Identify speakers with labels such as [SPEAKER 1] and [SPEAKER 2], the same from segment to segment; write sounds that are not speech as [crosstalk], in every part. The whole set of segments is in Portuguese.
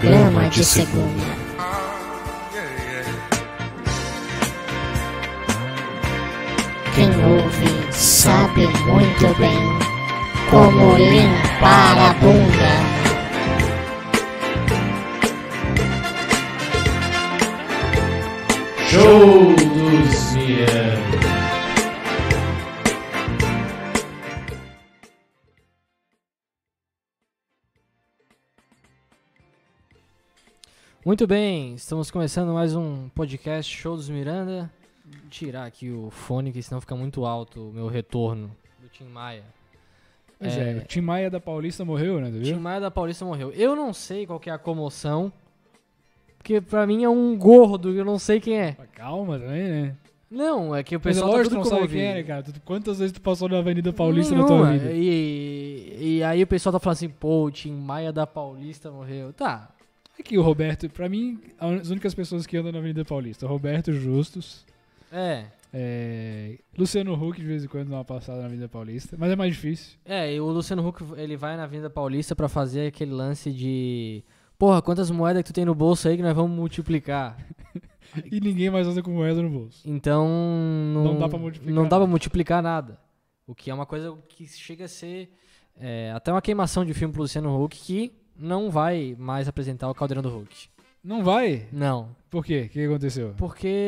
[SPEAKER 1] Programa de segunda. Quem ouve sabe muito bem como limpar a bunda.
[SPEAKER 2] Show dos Miami.
[SPEAKER 3] Muito bem, estamos começando mais um podcast Show dos Miranda. Vou Tirar aqui o fone, que senão fica muito alto o meu retorno do Tim Maia.
[SPEAKER 4] Pois é, o Tim Maia da Paulista morreu, né? Tu
[SPEAKER 3] Tim
[SPEAKER 4] viu?
[SPEAKER 3] Maia da Paulista morreu. Eu não sei qual que é a comoção, porque pra mim é um gordo, eu não sei quem é.
[SPEAKER 4] Ah, Calma também, né?
[SPEAKER 3] Não, é que o
[SPEAKER 4] Mas é
[SPEAKER 3] pessoal tá
[SPEAKER 4] lógico que
[SPEAKER 3] tudo
[SPEAKER 4] tu não sabe quem
[SPEAKER 3] comovido.
[SPEAKER 4] era, cara. Tu- quantas vezes tu passou na Avenida Paulista na tua
[SPEAKER 3] Nenhuma.
[SPEAKER 4] vida?
[SPEAKER 3] é, E, e aí o pessoal tá falando assim, pô, o Tim Maia da Paulista morreu. Tá,
[SPEAKER 4] É que o Roberto, pra mim, as únicas pessoas que andam na Avenida Paulista, Roberto Justus,
[SPEAKER 3] é.
[SPEAKER 4] é, Luciano Huck de vez em quando dá uma passada na Avenida Paulista, mas é mais difícil.
[SPEAKER 3] É, e o Luciano Huck, ele vai na Avenida Paulista pra fazer aquele lance de... Porra, quantas moedas que tu tem no bolso aí que nós vamos multiplicar?
[SPEAKER 4] E ninguém mais anda com moeda no bolso.
[SPEAKER 3] Então... Não,
[SPEAKER 4] Não dá pra multiplicar
[SPEAKER 3] Não dá pra
[SPEAKER 4] nada.
[SPEAKER 3] multiplicar nada. O que é uma coisa que chega a ser... é, até uma queimação de filme pro Luciano Huck que não vai mais apresentar o Caldeirão do Hulk.
[SPEAKER 4] Não vai?
[SPEAKER 3] Não.
[SPEAKER 4] Por quê? O que aconteceu?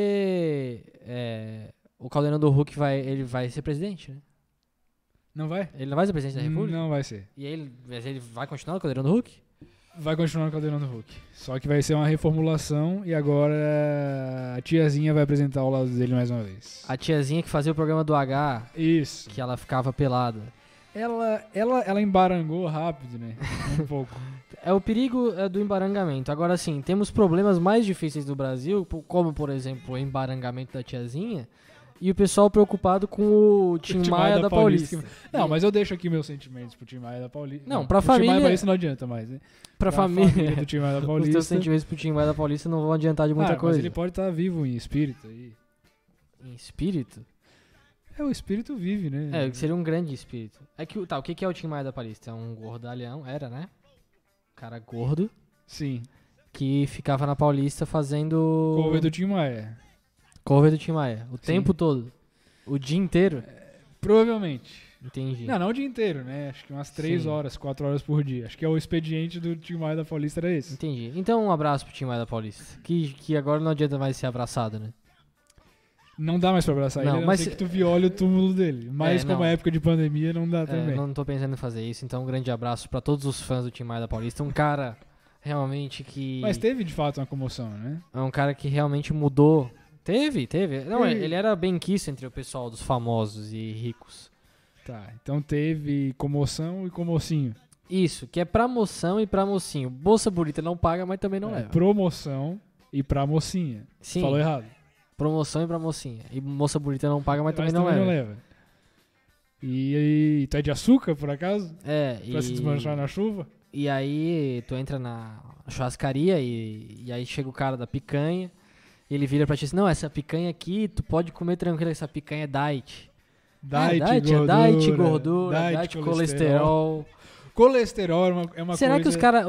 [SPEAKER 3] Porque... é, o Caldeirão do Hulk vai, ele vai ser presidente, né?
[SPEAKER 4] Não vai?
[SPEAKER 3] Ele não vai ser presidente da República?
[SPEAKER 4] Não vai ser.
[SPEAKER 3] E aí ele, mas ele vai continuar no Caldeirão do Hulk?
[SPEAKER 4] Vai continuar no Caldeirão do Hulk. Só que vai ser uma reformulação e agora a tiazinha vai apresentar o lado dele mais uma vez.
[SPEAKER 3] A tiazinha que fazia o programa do H,
[SPEAKER 4] Isso.
[SPEAKER 3] que ela ficava pelada.
[SPEAKER 4] Ela, ela, ela embarangou rápido, né?
[SPEAKER 3] [laughs]
[SPEAKER 4] Um pouco.
[SPEAKER 3] É o perigo é, do embarangamento. Agora sim, temos problemas mais difíceis do Brasil, po- como por exemplo o embarangamento da tiazinha, e o pessoal preocupado com o Tim Maia da, Paulista.
[SPEAKER 4] Não, mas eu deixo aqui meus sentimentos pro Tim Maia da Paulista.
[SPEAKER 3] Não, pra
[SPEAKER 4] pro Tim Maia
[SPEAKER 3] família-
[SPEAKER 4] da Paulista não adianta mais, né?
[SPEAKER 3] Pra,
[SPEAKER 4] Pra
[SPEAKER 3] família,
[SPEAKER 4] do Tim Maia
[SPEAKER 3] [laughs]
[SPEAKER 4] da
[SPEAKER 3] os
[SPEAKER 4] Paulista.
[SPEAKER 3] teus sentimentos pro Tim Maia da Paulista não vão adiantar de muita
[SPEAKER 4] Ah, Mas
[SPEAKER 3] coisa.
[SPEAKER 4] ele pode estar vivo em espírito aí.
[SPEAKER 3] Em espírito?
[SPEAKER 4] É, o espírito vive, né?
[SPEAKER 3] É, que seria um grande espírito. É que, o- tá, o que que é o Tim Maia da Paulista? É um gordalhão, era, né? Cara gordo.
[SPEAKER 4] Sim.
[SPEAKER 3] que ficava na Paulista fazendo
[SPEAKER 4] Cover do Tim Maia.
[SPEAKER 3] cover do Tim Maia o tempo todo. O dia inteiro?
[SPEAKER 4] Provavelmente.
[SPEAKER 3] Entendi.
[SPEAKER 4] Não, não o dia inteiro, né? Acho que umas 3
[SPEAKER 3] Sim.
[SPEAKER 4] horas, 4 horas por dia. Acho que é o expediente do Tim Maia da Paulista era esse.
[SPEAKER 3] Entendi. Então um abraço pro Tim Maia da Paulista. Que, que agora não adianta mais ser abraçado, né?
[SPEAKER 4] Não dá mais pra abraçar
[SPEAKER 3] Não,
[SPEAKER 4] ele, a não
[SPEAKER 3] mas-
[SPEAKER 4] ser que tu viole o túmulo dele. Mas
[SPEAKER 3] É,
[SPEAKER 4] como
[SPEAKER 3] não.
[SPEAKER 4] é época de pandemia, não dá
[SPEAKER 3] É,
[SPEAKER 4] também.
[SPEAKER 3] não tô pensando em fazer isso, então um grande abraço pra todos os fãs do Tim Maia da Paulista. Um cara realmente que.
[SPEAKER 4] Mas teve de fato uma comoção, né?
[SPEAKER 3] É um cara que realmente mudou. Teve, teve. Não,
[SPEAKER 4] Teve.
[SPEAKER 3] ele era bem quisto entre o pessoal dos famosos e ricos.
[SPEAKER 4] Tá, então teve comoção e comocinho.
[SPEAKER 3] Isso, que é pra moção e pra mocinho. Bolsa bonita não paga, mas também não
[SPEAKER 4] É,
[SPEAKER 3] leva.
[SPEAKER 4] Promoção e pra mocinha.
[SPEAKER 3] Sim.
[SPEAKER 4] Falou errado.
[SPEAKER 3] Promoção e pra mocinha. E moça bonita não paga, mas também
[SPEAKER 4] Mas
[SPEAKER 3] não
[SPEAKER 4] também
[SPEAKER 3] é.
[SPEAKER 4] não leva. E, e tu é de açúcar, por acaso?
[SPEAKER 3] É,
[SPEAKER 4] Pra se desmanchar
[SPEAKER 3] e,
[SPEAKER 4] na chuva?
[SPEAKER 3] e aí tu entra na churrascaria e, e aí chega o cara da picanha e ele vira pra ti assim, não, essa picanha aqui tu pode comer tranquilo, essa picanha é diet.
[SPEAKER 4] Diet,
[SPEAKER 3] é, diet, é
[SPEAKER 4] gordura,
[SPEAKER 3] diet, gordura, diet, colesterol.
[SPEAKER 4] Colesterol é uma, é uma
[SPEAKER 3] Será que os
[SPEAKER 4] coisa-
[SPEAKER 3] caras,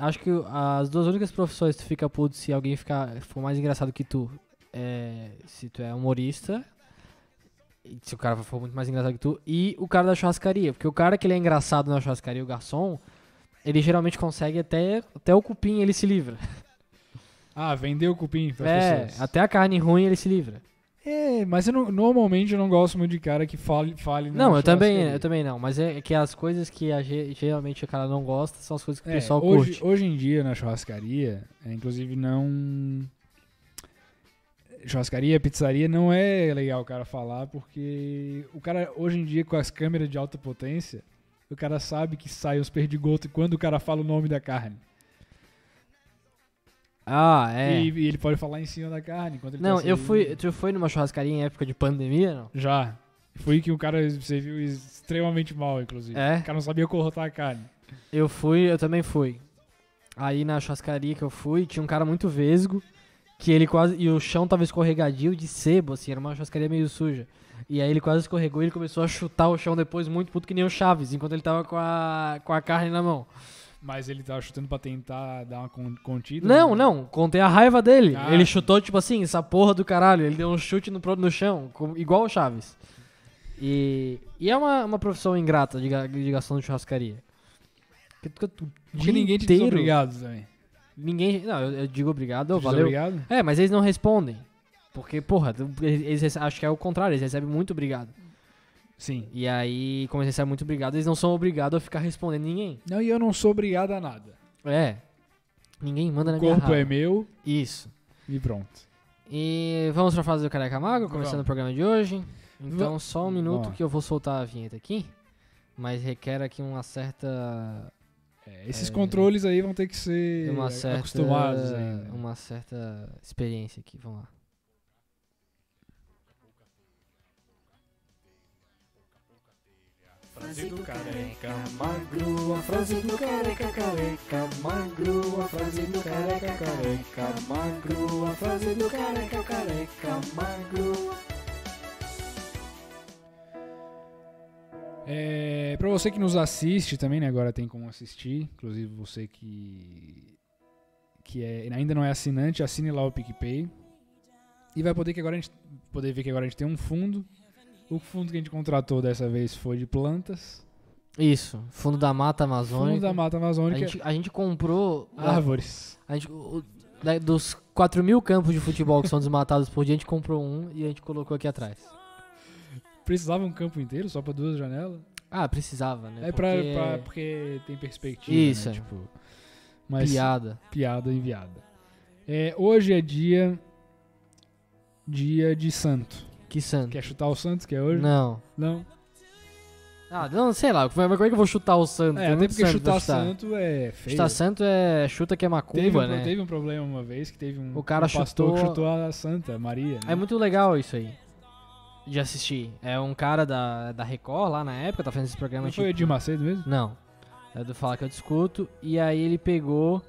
[SPEAKER 3] acho que as duas únicas profissões que tu fica puto se alguém ficar, for mais engraçado que tu, é, se tu é humorista... e Se o cara for muito mais engraçado que tu. E o cara da churrascaria. Porque o cara que ele é engraçado na churrascaria, o garçom, ele geralmente consegue até, até o cupim ele se livra.
[SPEAKER 4] Ah, vendeu o cupim pras
[SPEAKER 3] É,
[SPEAKER 4] pessoas.
[SPEAKER 3] até a carne ruim ele se livra.
[SPEAKER 4] É, mas eu não- normalmente eu não gosto muito de cara que fale, fale na
[SPEAKER 3] Não, eu também,
[SPEAKER 4] churrasqueira.
[SPEAKER 3] eu também não. Mas é que as coisas que a ge- geralmente o cara não gosta são as coisas que o
[SPEAKER 4] É,
[SPEAKER 3] pessoal
[SPEAKER 4] hoje,
[SPEAKER 3] curte.
[SPEAKER 4] hoje em dia, na churrascaria, é, inclusive não. Churrascaria, pizzaria, não é legal o cara falar, porque o cara, hoje em dia, com as câmeras de alta potência, o cara sabe que sai os perdigotos quando o cara fala o nome da carne.
[SPEAKER 3] Ah, é.
[SPEAKER 4] E, e ele pode falar em cima da carne. Enquanto ele
[SPEAKER 3] Não,
[SPEAKER 4] tá
[SPEAKER 3] eu
[SPEAKER 4] servindo.
[SPEAKER 3] fui. Tu foi numa churrascaria em época de pandemia, não?
[SPEAKER 4] Já. Fui que o cara serviu extremamente mal, inclusive.
[SPEAKER 3] É?
[SPEAKER 4] O cara não sabia cortar a carne.
[SPEAKER 3] Eu fui, eu também fui. Aí na churrascaria que eu fui, tinha um cara muito vesgo, que ele quase. E o chão tava escorregadio de sebo, assim, era uma churrascaria meio suja. E aí ele quase escorregou e ele começou a chutar o chão depois muito puto que nem o Chaves, enquanto ele tava com a, com a carne na mão.
[SPEAKER 4] Mas ele tava chutando pra tentar dar uma con- contida.
[SPEAKER 3] Não,
[SPEAKER 4] né?
[SPEAKER 3] não, contei a raiva dele.
[SPEAKER 4] Ah.
[SPEAKER 3] Ele chutou, tipo assim, essa porra do caralho. Ele deu um chute no, pro- no chão, com- igual o Chaves. E, e é uma, uma profissão ingrata de, ga- de garçom de churrascaria. Porque, tu- tu- o
[SPEAKER 4] Porque
[SPEAKER 3] dia
[SPEAKER 4] ninguém te diz
[SPEAKER 3] inteiro-
[SPEAKER 4] obrigado também.
[SPEAKER 3] Ninguém. Não, eu, eu digo obrigado,
[SPEAKER 4] Te diz
[SPEAKER 3] valeu.
[SPEAKER 4] Obrigado?
[SPEAKER 3] É, mas eles não respondem. Porque, porra, tu- eles, rece- acho que é o contrário, eles recebem muito obrigado.
[SPEAKER 4] Sim.
[SPEAKER 3] E aí, como eles recebem muito obrigado, eles não são obrigados a ficar respondendo ninguém.
[SPEAKER 4] Não, e eu não sou obrigado a nada.
[SPEAKER 3] É. Ninguém manda na
[SPEAKER 4] O
[SPEAKER 3] minha
[SPEAKER 4] corpo
[SPEAKER 3] raba.
[SPEAKER 4] é meu
[SPEAKER 3] Isso.
[SPEAKER 4] e pronto.
[SPEAKER 3] E vamos pra fase do Careca Magro, começando
[SPEAKER 4] Vamos.
[SPEAKER 3] o programa de hoje. Então, só um minuto
[SPEAKER 4] Vamos.
[SPEAKER 3] que eu vou soltar a vinheta aqui. Mas requer aqui uma certa.
[SPEAKER 4] É, esses
[SPEAKER 3] É.
[SPEAKER 4] controles aí vão ter que ser
[SPEAKER 3] Uma certa.
[SPEAKER 4] é acostumados né? ainda.
[SPEAKER 3] Uma certa experiência aqui. Vamos lá.
[SPEAKER 4] Frase do careca.
[SPEAKER 5] Magro, a frase do careca, careca, magro, a frase do careca, careca, magro, a frase do careca, careca, magro.
[SPEAKER 4] É, pra você que nos assiste também, né? Agora tem como assistir. Inclusive você que, que é, ainda não é assinante, assine lá o PicPay. E vai poder que agora a gente poder ver que agora a gente tem um fundo. O fundo que a gente contratou dessa vez foi de plantas.
[SPEAKER 3] Isso. Fundo da Mata Amazônica.
[SPEAKER 4] Fundo da Mata
[SPEAKER 3] a
[SPEAKER 4] Amazônica. Ah,
[SPEAKER 3] gente, a gente comprou. da-
[SPEAKER 4] Árvores.
[SPEAKER 3] a gente- o- o- da- dos 4 mil campos de futebol que são desmatados por dia, a gente comprou um e a gente colocou aqui atrás.
[SPEAKER 4] Precisava um campo inteiro só pra duas janelas.
[SPEAKER 3] Ah, precisava, né?
[SPEAKER 4] É pra,
[SPEAKER 3] Porque-
[SPEAKER 4] pra- porque tem perspectiva.
[SPEAKER 3] Isso,
[SPEAKER 4] né,
[SPEAKER 3] é.
[SPEAKER 4] Tipo, mas
[SPEAKER 3] Piada.
[SPEAKER 4] piada enviada. É, hoje é dia. Dia de santo.
[SPEAKER 3] Que santo.
[SPEAKER 4] Quer chutar o Santos, que é hoje?
[SPEAKER 3] Não.
[SPEAKER 4] Não.
[SPEAKER 3] Ah, não, sei lá, como é como é que eu vou chutar o santo?
[SPEAKER 4] É,
[SPEAKER 3] Tem
[SPEAKER 4] até
[SPEAKER 3] muito
[SPEAKER 4] porque
[SPEAKER 3] santo pra
[SPEAKER 4] chutar santo é feio.
[SPEAKER 3] Chutar santo é chuta que é macumba,
[SPEAKER 4] teve, um, pro-
[SPEAKER 3] né?
[SPEAKER 4] teve um problema uma vez que teve um,
[SPEAKER 3] O cara
[SPEAKER 4] um pastor que
[SPEAKER 3] chutou-
[SPEAKER 4] chutou a Santa Maria. né?
[SPEAKER 3] É muito legal isso aí. De assistir. É um cara da, da Record lá na época, tá fazendo esse programa
[SPEAKER 4] Não
[SPEAKER 3] tipo-
[SPEAKER 4] foi o Edir Macedo mesmo?
[SPEAKER 3] Não. É do Fala que eu discuto. E aí ele pegou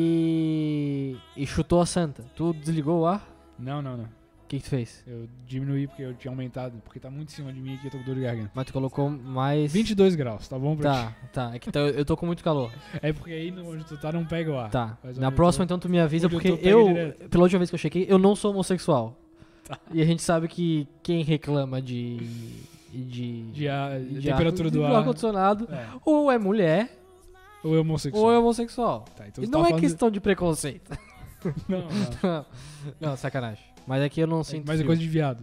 [SPEAKER 3] e. e chutou a santa. Tu desligou o ar?
[SPEAKER 4] Não, não, não.
[SPEAKER 3] O que, que tu fez?
[SPEAKER 4] Eu diminuí porque eu tinha aumentado, porque tá muito em cima de mim aqui, eu tô com dor de garganta.
[SPEAKER 3] Mas tu colocou mais.
[SPEAKER 4] 22 graus, tá bom pra
[SPEAKER 3] Tá, tá. É que tá- eu tô com muito calor.
[SPEAKER 4] ti? É porque aí no- onde tu tá não pega o ar.
[SPEAKER 3] Tá.
[SPEAKER 4] Mas
[SPEAKER 3] Na
[SPEAKER 4] onde eu
[SPEAKER 3] próxima,
[SPEAKER 4] tô-
[SPEAKER 3] então, tu me avisa,
[SPEAKER 4] né? onde eu
[SPEAKER 3] porque
[SPEAKER 4] tô, pega
[SPEAKER 3] eu,
[SPEAKER 4] direto.
[SPEAKER 3] pela última vez que eu chequei, eu não sou homossexual.
[SPEAKER 4] Tá.
[SPEAKER 3] E a gente sabe que quem reclama de. de.
[SPEAKER 4] De a,
[SPEAKER 3] de
[SPEAKER 4] temperatura
[SPEAKER 3] ar-
[SPEAKER 4] do
[SPEAKER 3] Do
[SPEAKER 4] ar.
[SPEAKER 3] ar-condicionado,
[SPEAKER 4] É.
[SPEAKER 3] ou é mulher,
[SPEAKER 4] Ou é homossexual.
[SPEAKER 3] ou é homossexual.
[SPEAKER 4] Tá, então
[SPEAKER 3] e
[SPEAKER 4] tu
[SPEAKER 3] não
[SPEAKER 4] tá
[SPEAKER 3] é
[SPEAKER 4] falando-
[SPEAKER 3] questão de
[SPEAKER 4] [laughs]
[SPEAKER 3] preconceito.
[SPEAKER 4] Não,
[SPEAKER 3] [laughs]
[SPEAKER 4] não.
[SPEAKER 3] não, sacanagem. Mas aqui eu não sinto.
[SPEAKER 4] Mas é
[SPEAKER 3] frio.
[SPEAKER 4] coisa de viado.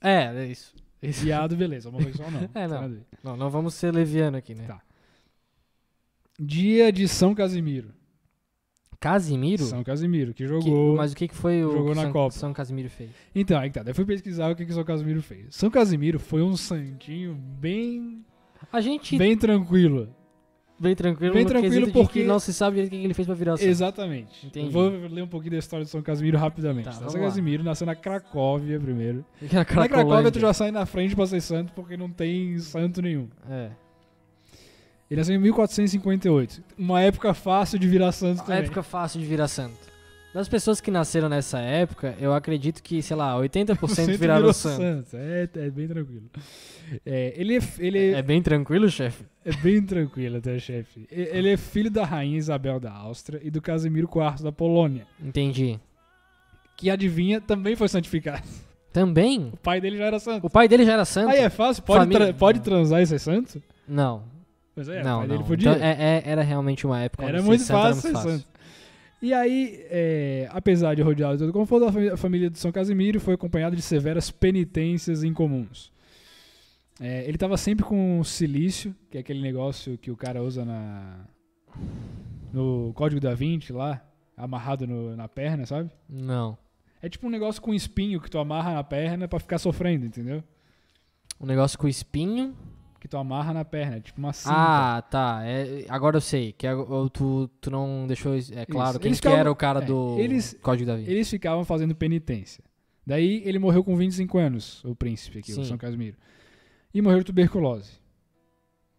[SPEAKER 3] É, é isso. Isso.
[SPEAKER 4] Viado, beleza. Homossexual não.
[SPEAKER 3] [laughs] É, não.
[SPEAKER 4] Tem nada a ver.
[SPEAKER 3] Não, não vamos ser leviano aqui, né?
[SPEAKER 4] Tá. Dia de São Casimiro.
[SPEAKER 3] Casimiro?
[SPEAKER 4] São Casimiro, que
[SPEAKER 3] Que-
[SPEAKER 4] jogou.
[SPEAKER 3] mas o que, que foi o
[SPEAKER 4] jogou
[SPEAKER 3] que
[SPEAKER 4] na
[SPEAKER 3] São,
[SPEAKER 4] Copa.
[SPEAKER 3] São Casimiro fez?
[SPEAKER 4] Então, aí que tá. Daí fui pesquisar o que, que São Casimiro fez. São Casimiro foi um santinho bem,
[SPEAKER 3] A gente
[SPEAKER 4] bem tranquilo.
[SPEAKER 3] bem tranquilo,
[SPEAKER 4] Bem
[SPEAKER 3] no
[SPEAKER 4] tranquilo
[SPEAKER 3] quesito de
[SPEAKER 4] porque-
[SPEAKER 3] que não se sabe direito o que que ele fez pra virar o santo.
[SPEAKER 4] Exatamente.
[SPEAKER 3] Entendi.
[SPEAKER 4] Eu Vou ler um pouquinho da história de São Casimiro rapidamente.
[SPEAKER 3] Tá,
[SPEAKER 4] tá?
[SPEAKER 3] vamos
[SPEAKER 4] São
[SPEAKER 3] lá.
[SPEAKER 4] Casimiro nasceu na Cracóvia primeiro.
[SPEAKER 3] [laughs] Na
[SPEAKER 4] Na Cracóvia tu já sai na frente pra ser santo porque não tem santo nenhum.
[SPEAKER 3] É.
[SPEAKER 4] Ele nasceu em 1458. Uma época fácil de virar santo
[SPEAKER 3] A
[SPEAKER 4] também. [laughs]
[SPEAKER 3] época fácil de virar santo. Das pessoas que nasceram nessa época, eu acredito que, sei lá,
[SPEAKER 4] [laughs]
[SPEAKER 3] 80%
[SPEAKER 4] Santo
[SPEAKER 3] viraram
[SPEAKER 4] virou
[SPEAKER 3] santo.
[SPEAKER 4] santo. É, é bem tranquilo. É, ele, é, ele é-
[SPEAKER 3] É bem tranquilo, chefe?
[SPEAKER 4] É bem tranquilo até, chefe. E- Ele é filho da rainha Isabel da Áustria e do Casimiro IV da Polônia,
[SPEAKER 3] Entendi.
[SPEAKER 4] que adivinha também foi santificado. [laughs]
[SPEAKER 3] Também?
[SPEAKER 4] O pai dele já era santo.
[SPEAKER 3] O pai dele já era santo?
[SPEAKER 4] Aí é fácil, pode,
[SPEAKER 3] Família-
[SPEAKER 4] tra- pode transar e ser santo?
[SPEAKER 3] Não,
[SPEAKER 4] Mas é, o
[SPEAKER 3] não,
[SPEAKER 4] pai
[SPEAKER 3] não.
[SPEAKER 4] dele podia.
[SPEAKER 3] Então, é- é- era realmente uma época
[SPEAKER 4] era
[SPEAKER 3] onde
[SPEAKER 4] muito
[SPEAKER 3] ser santo era
[SPEAKER 4] fácil ser santo. E aí, é, apesar de rodeado de todo conforto, a fami- a família de São Casimiro foi acompanhada de severas penitências incomuns. É, ele estava sempre com silício, que é aquele negócio que o cara usa na no Código da Vinci lá, amarrado no- na perna, sabe?
[SPEAKER 3] Não.
[SPEAKER 4] É tipo um negócio com espinho que tu amarra na perna pra ficar sofrendo, entendeu?
[SPEAKER 3] Um negócio com espinho.
[SPEAKER 4] Que tu amarra na perna, é tipo uma cinta.
[SPEAKER 3] Ah, tá. É, agora eu sei. Que ag- ou tu, tu não deixou. es- É claro, quem
[SPEAKER 4] Eles
[SPEAKER 3] que
[SPEAKER 4] ficavam-
[SPEAKER 3] era o cara
[SPEAKER 4] é,
[SPEAKER 3] do
[SPEAKER 4] eles-
[SPEAKER 3] Código da Vida.
[SPEAKER 4] Eles ficavam fazendo penitência. Daí ele morreu com 25 anos, o príncipe aqui,
[SPEAKER 3] Sim.
[SPEAKER 4] o São Casimiro. E morreu de tuberculose.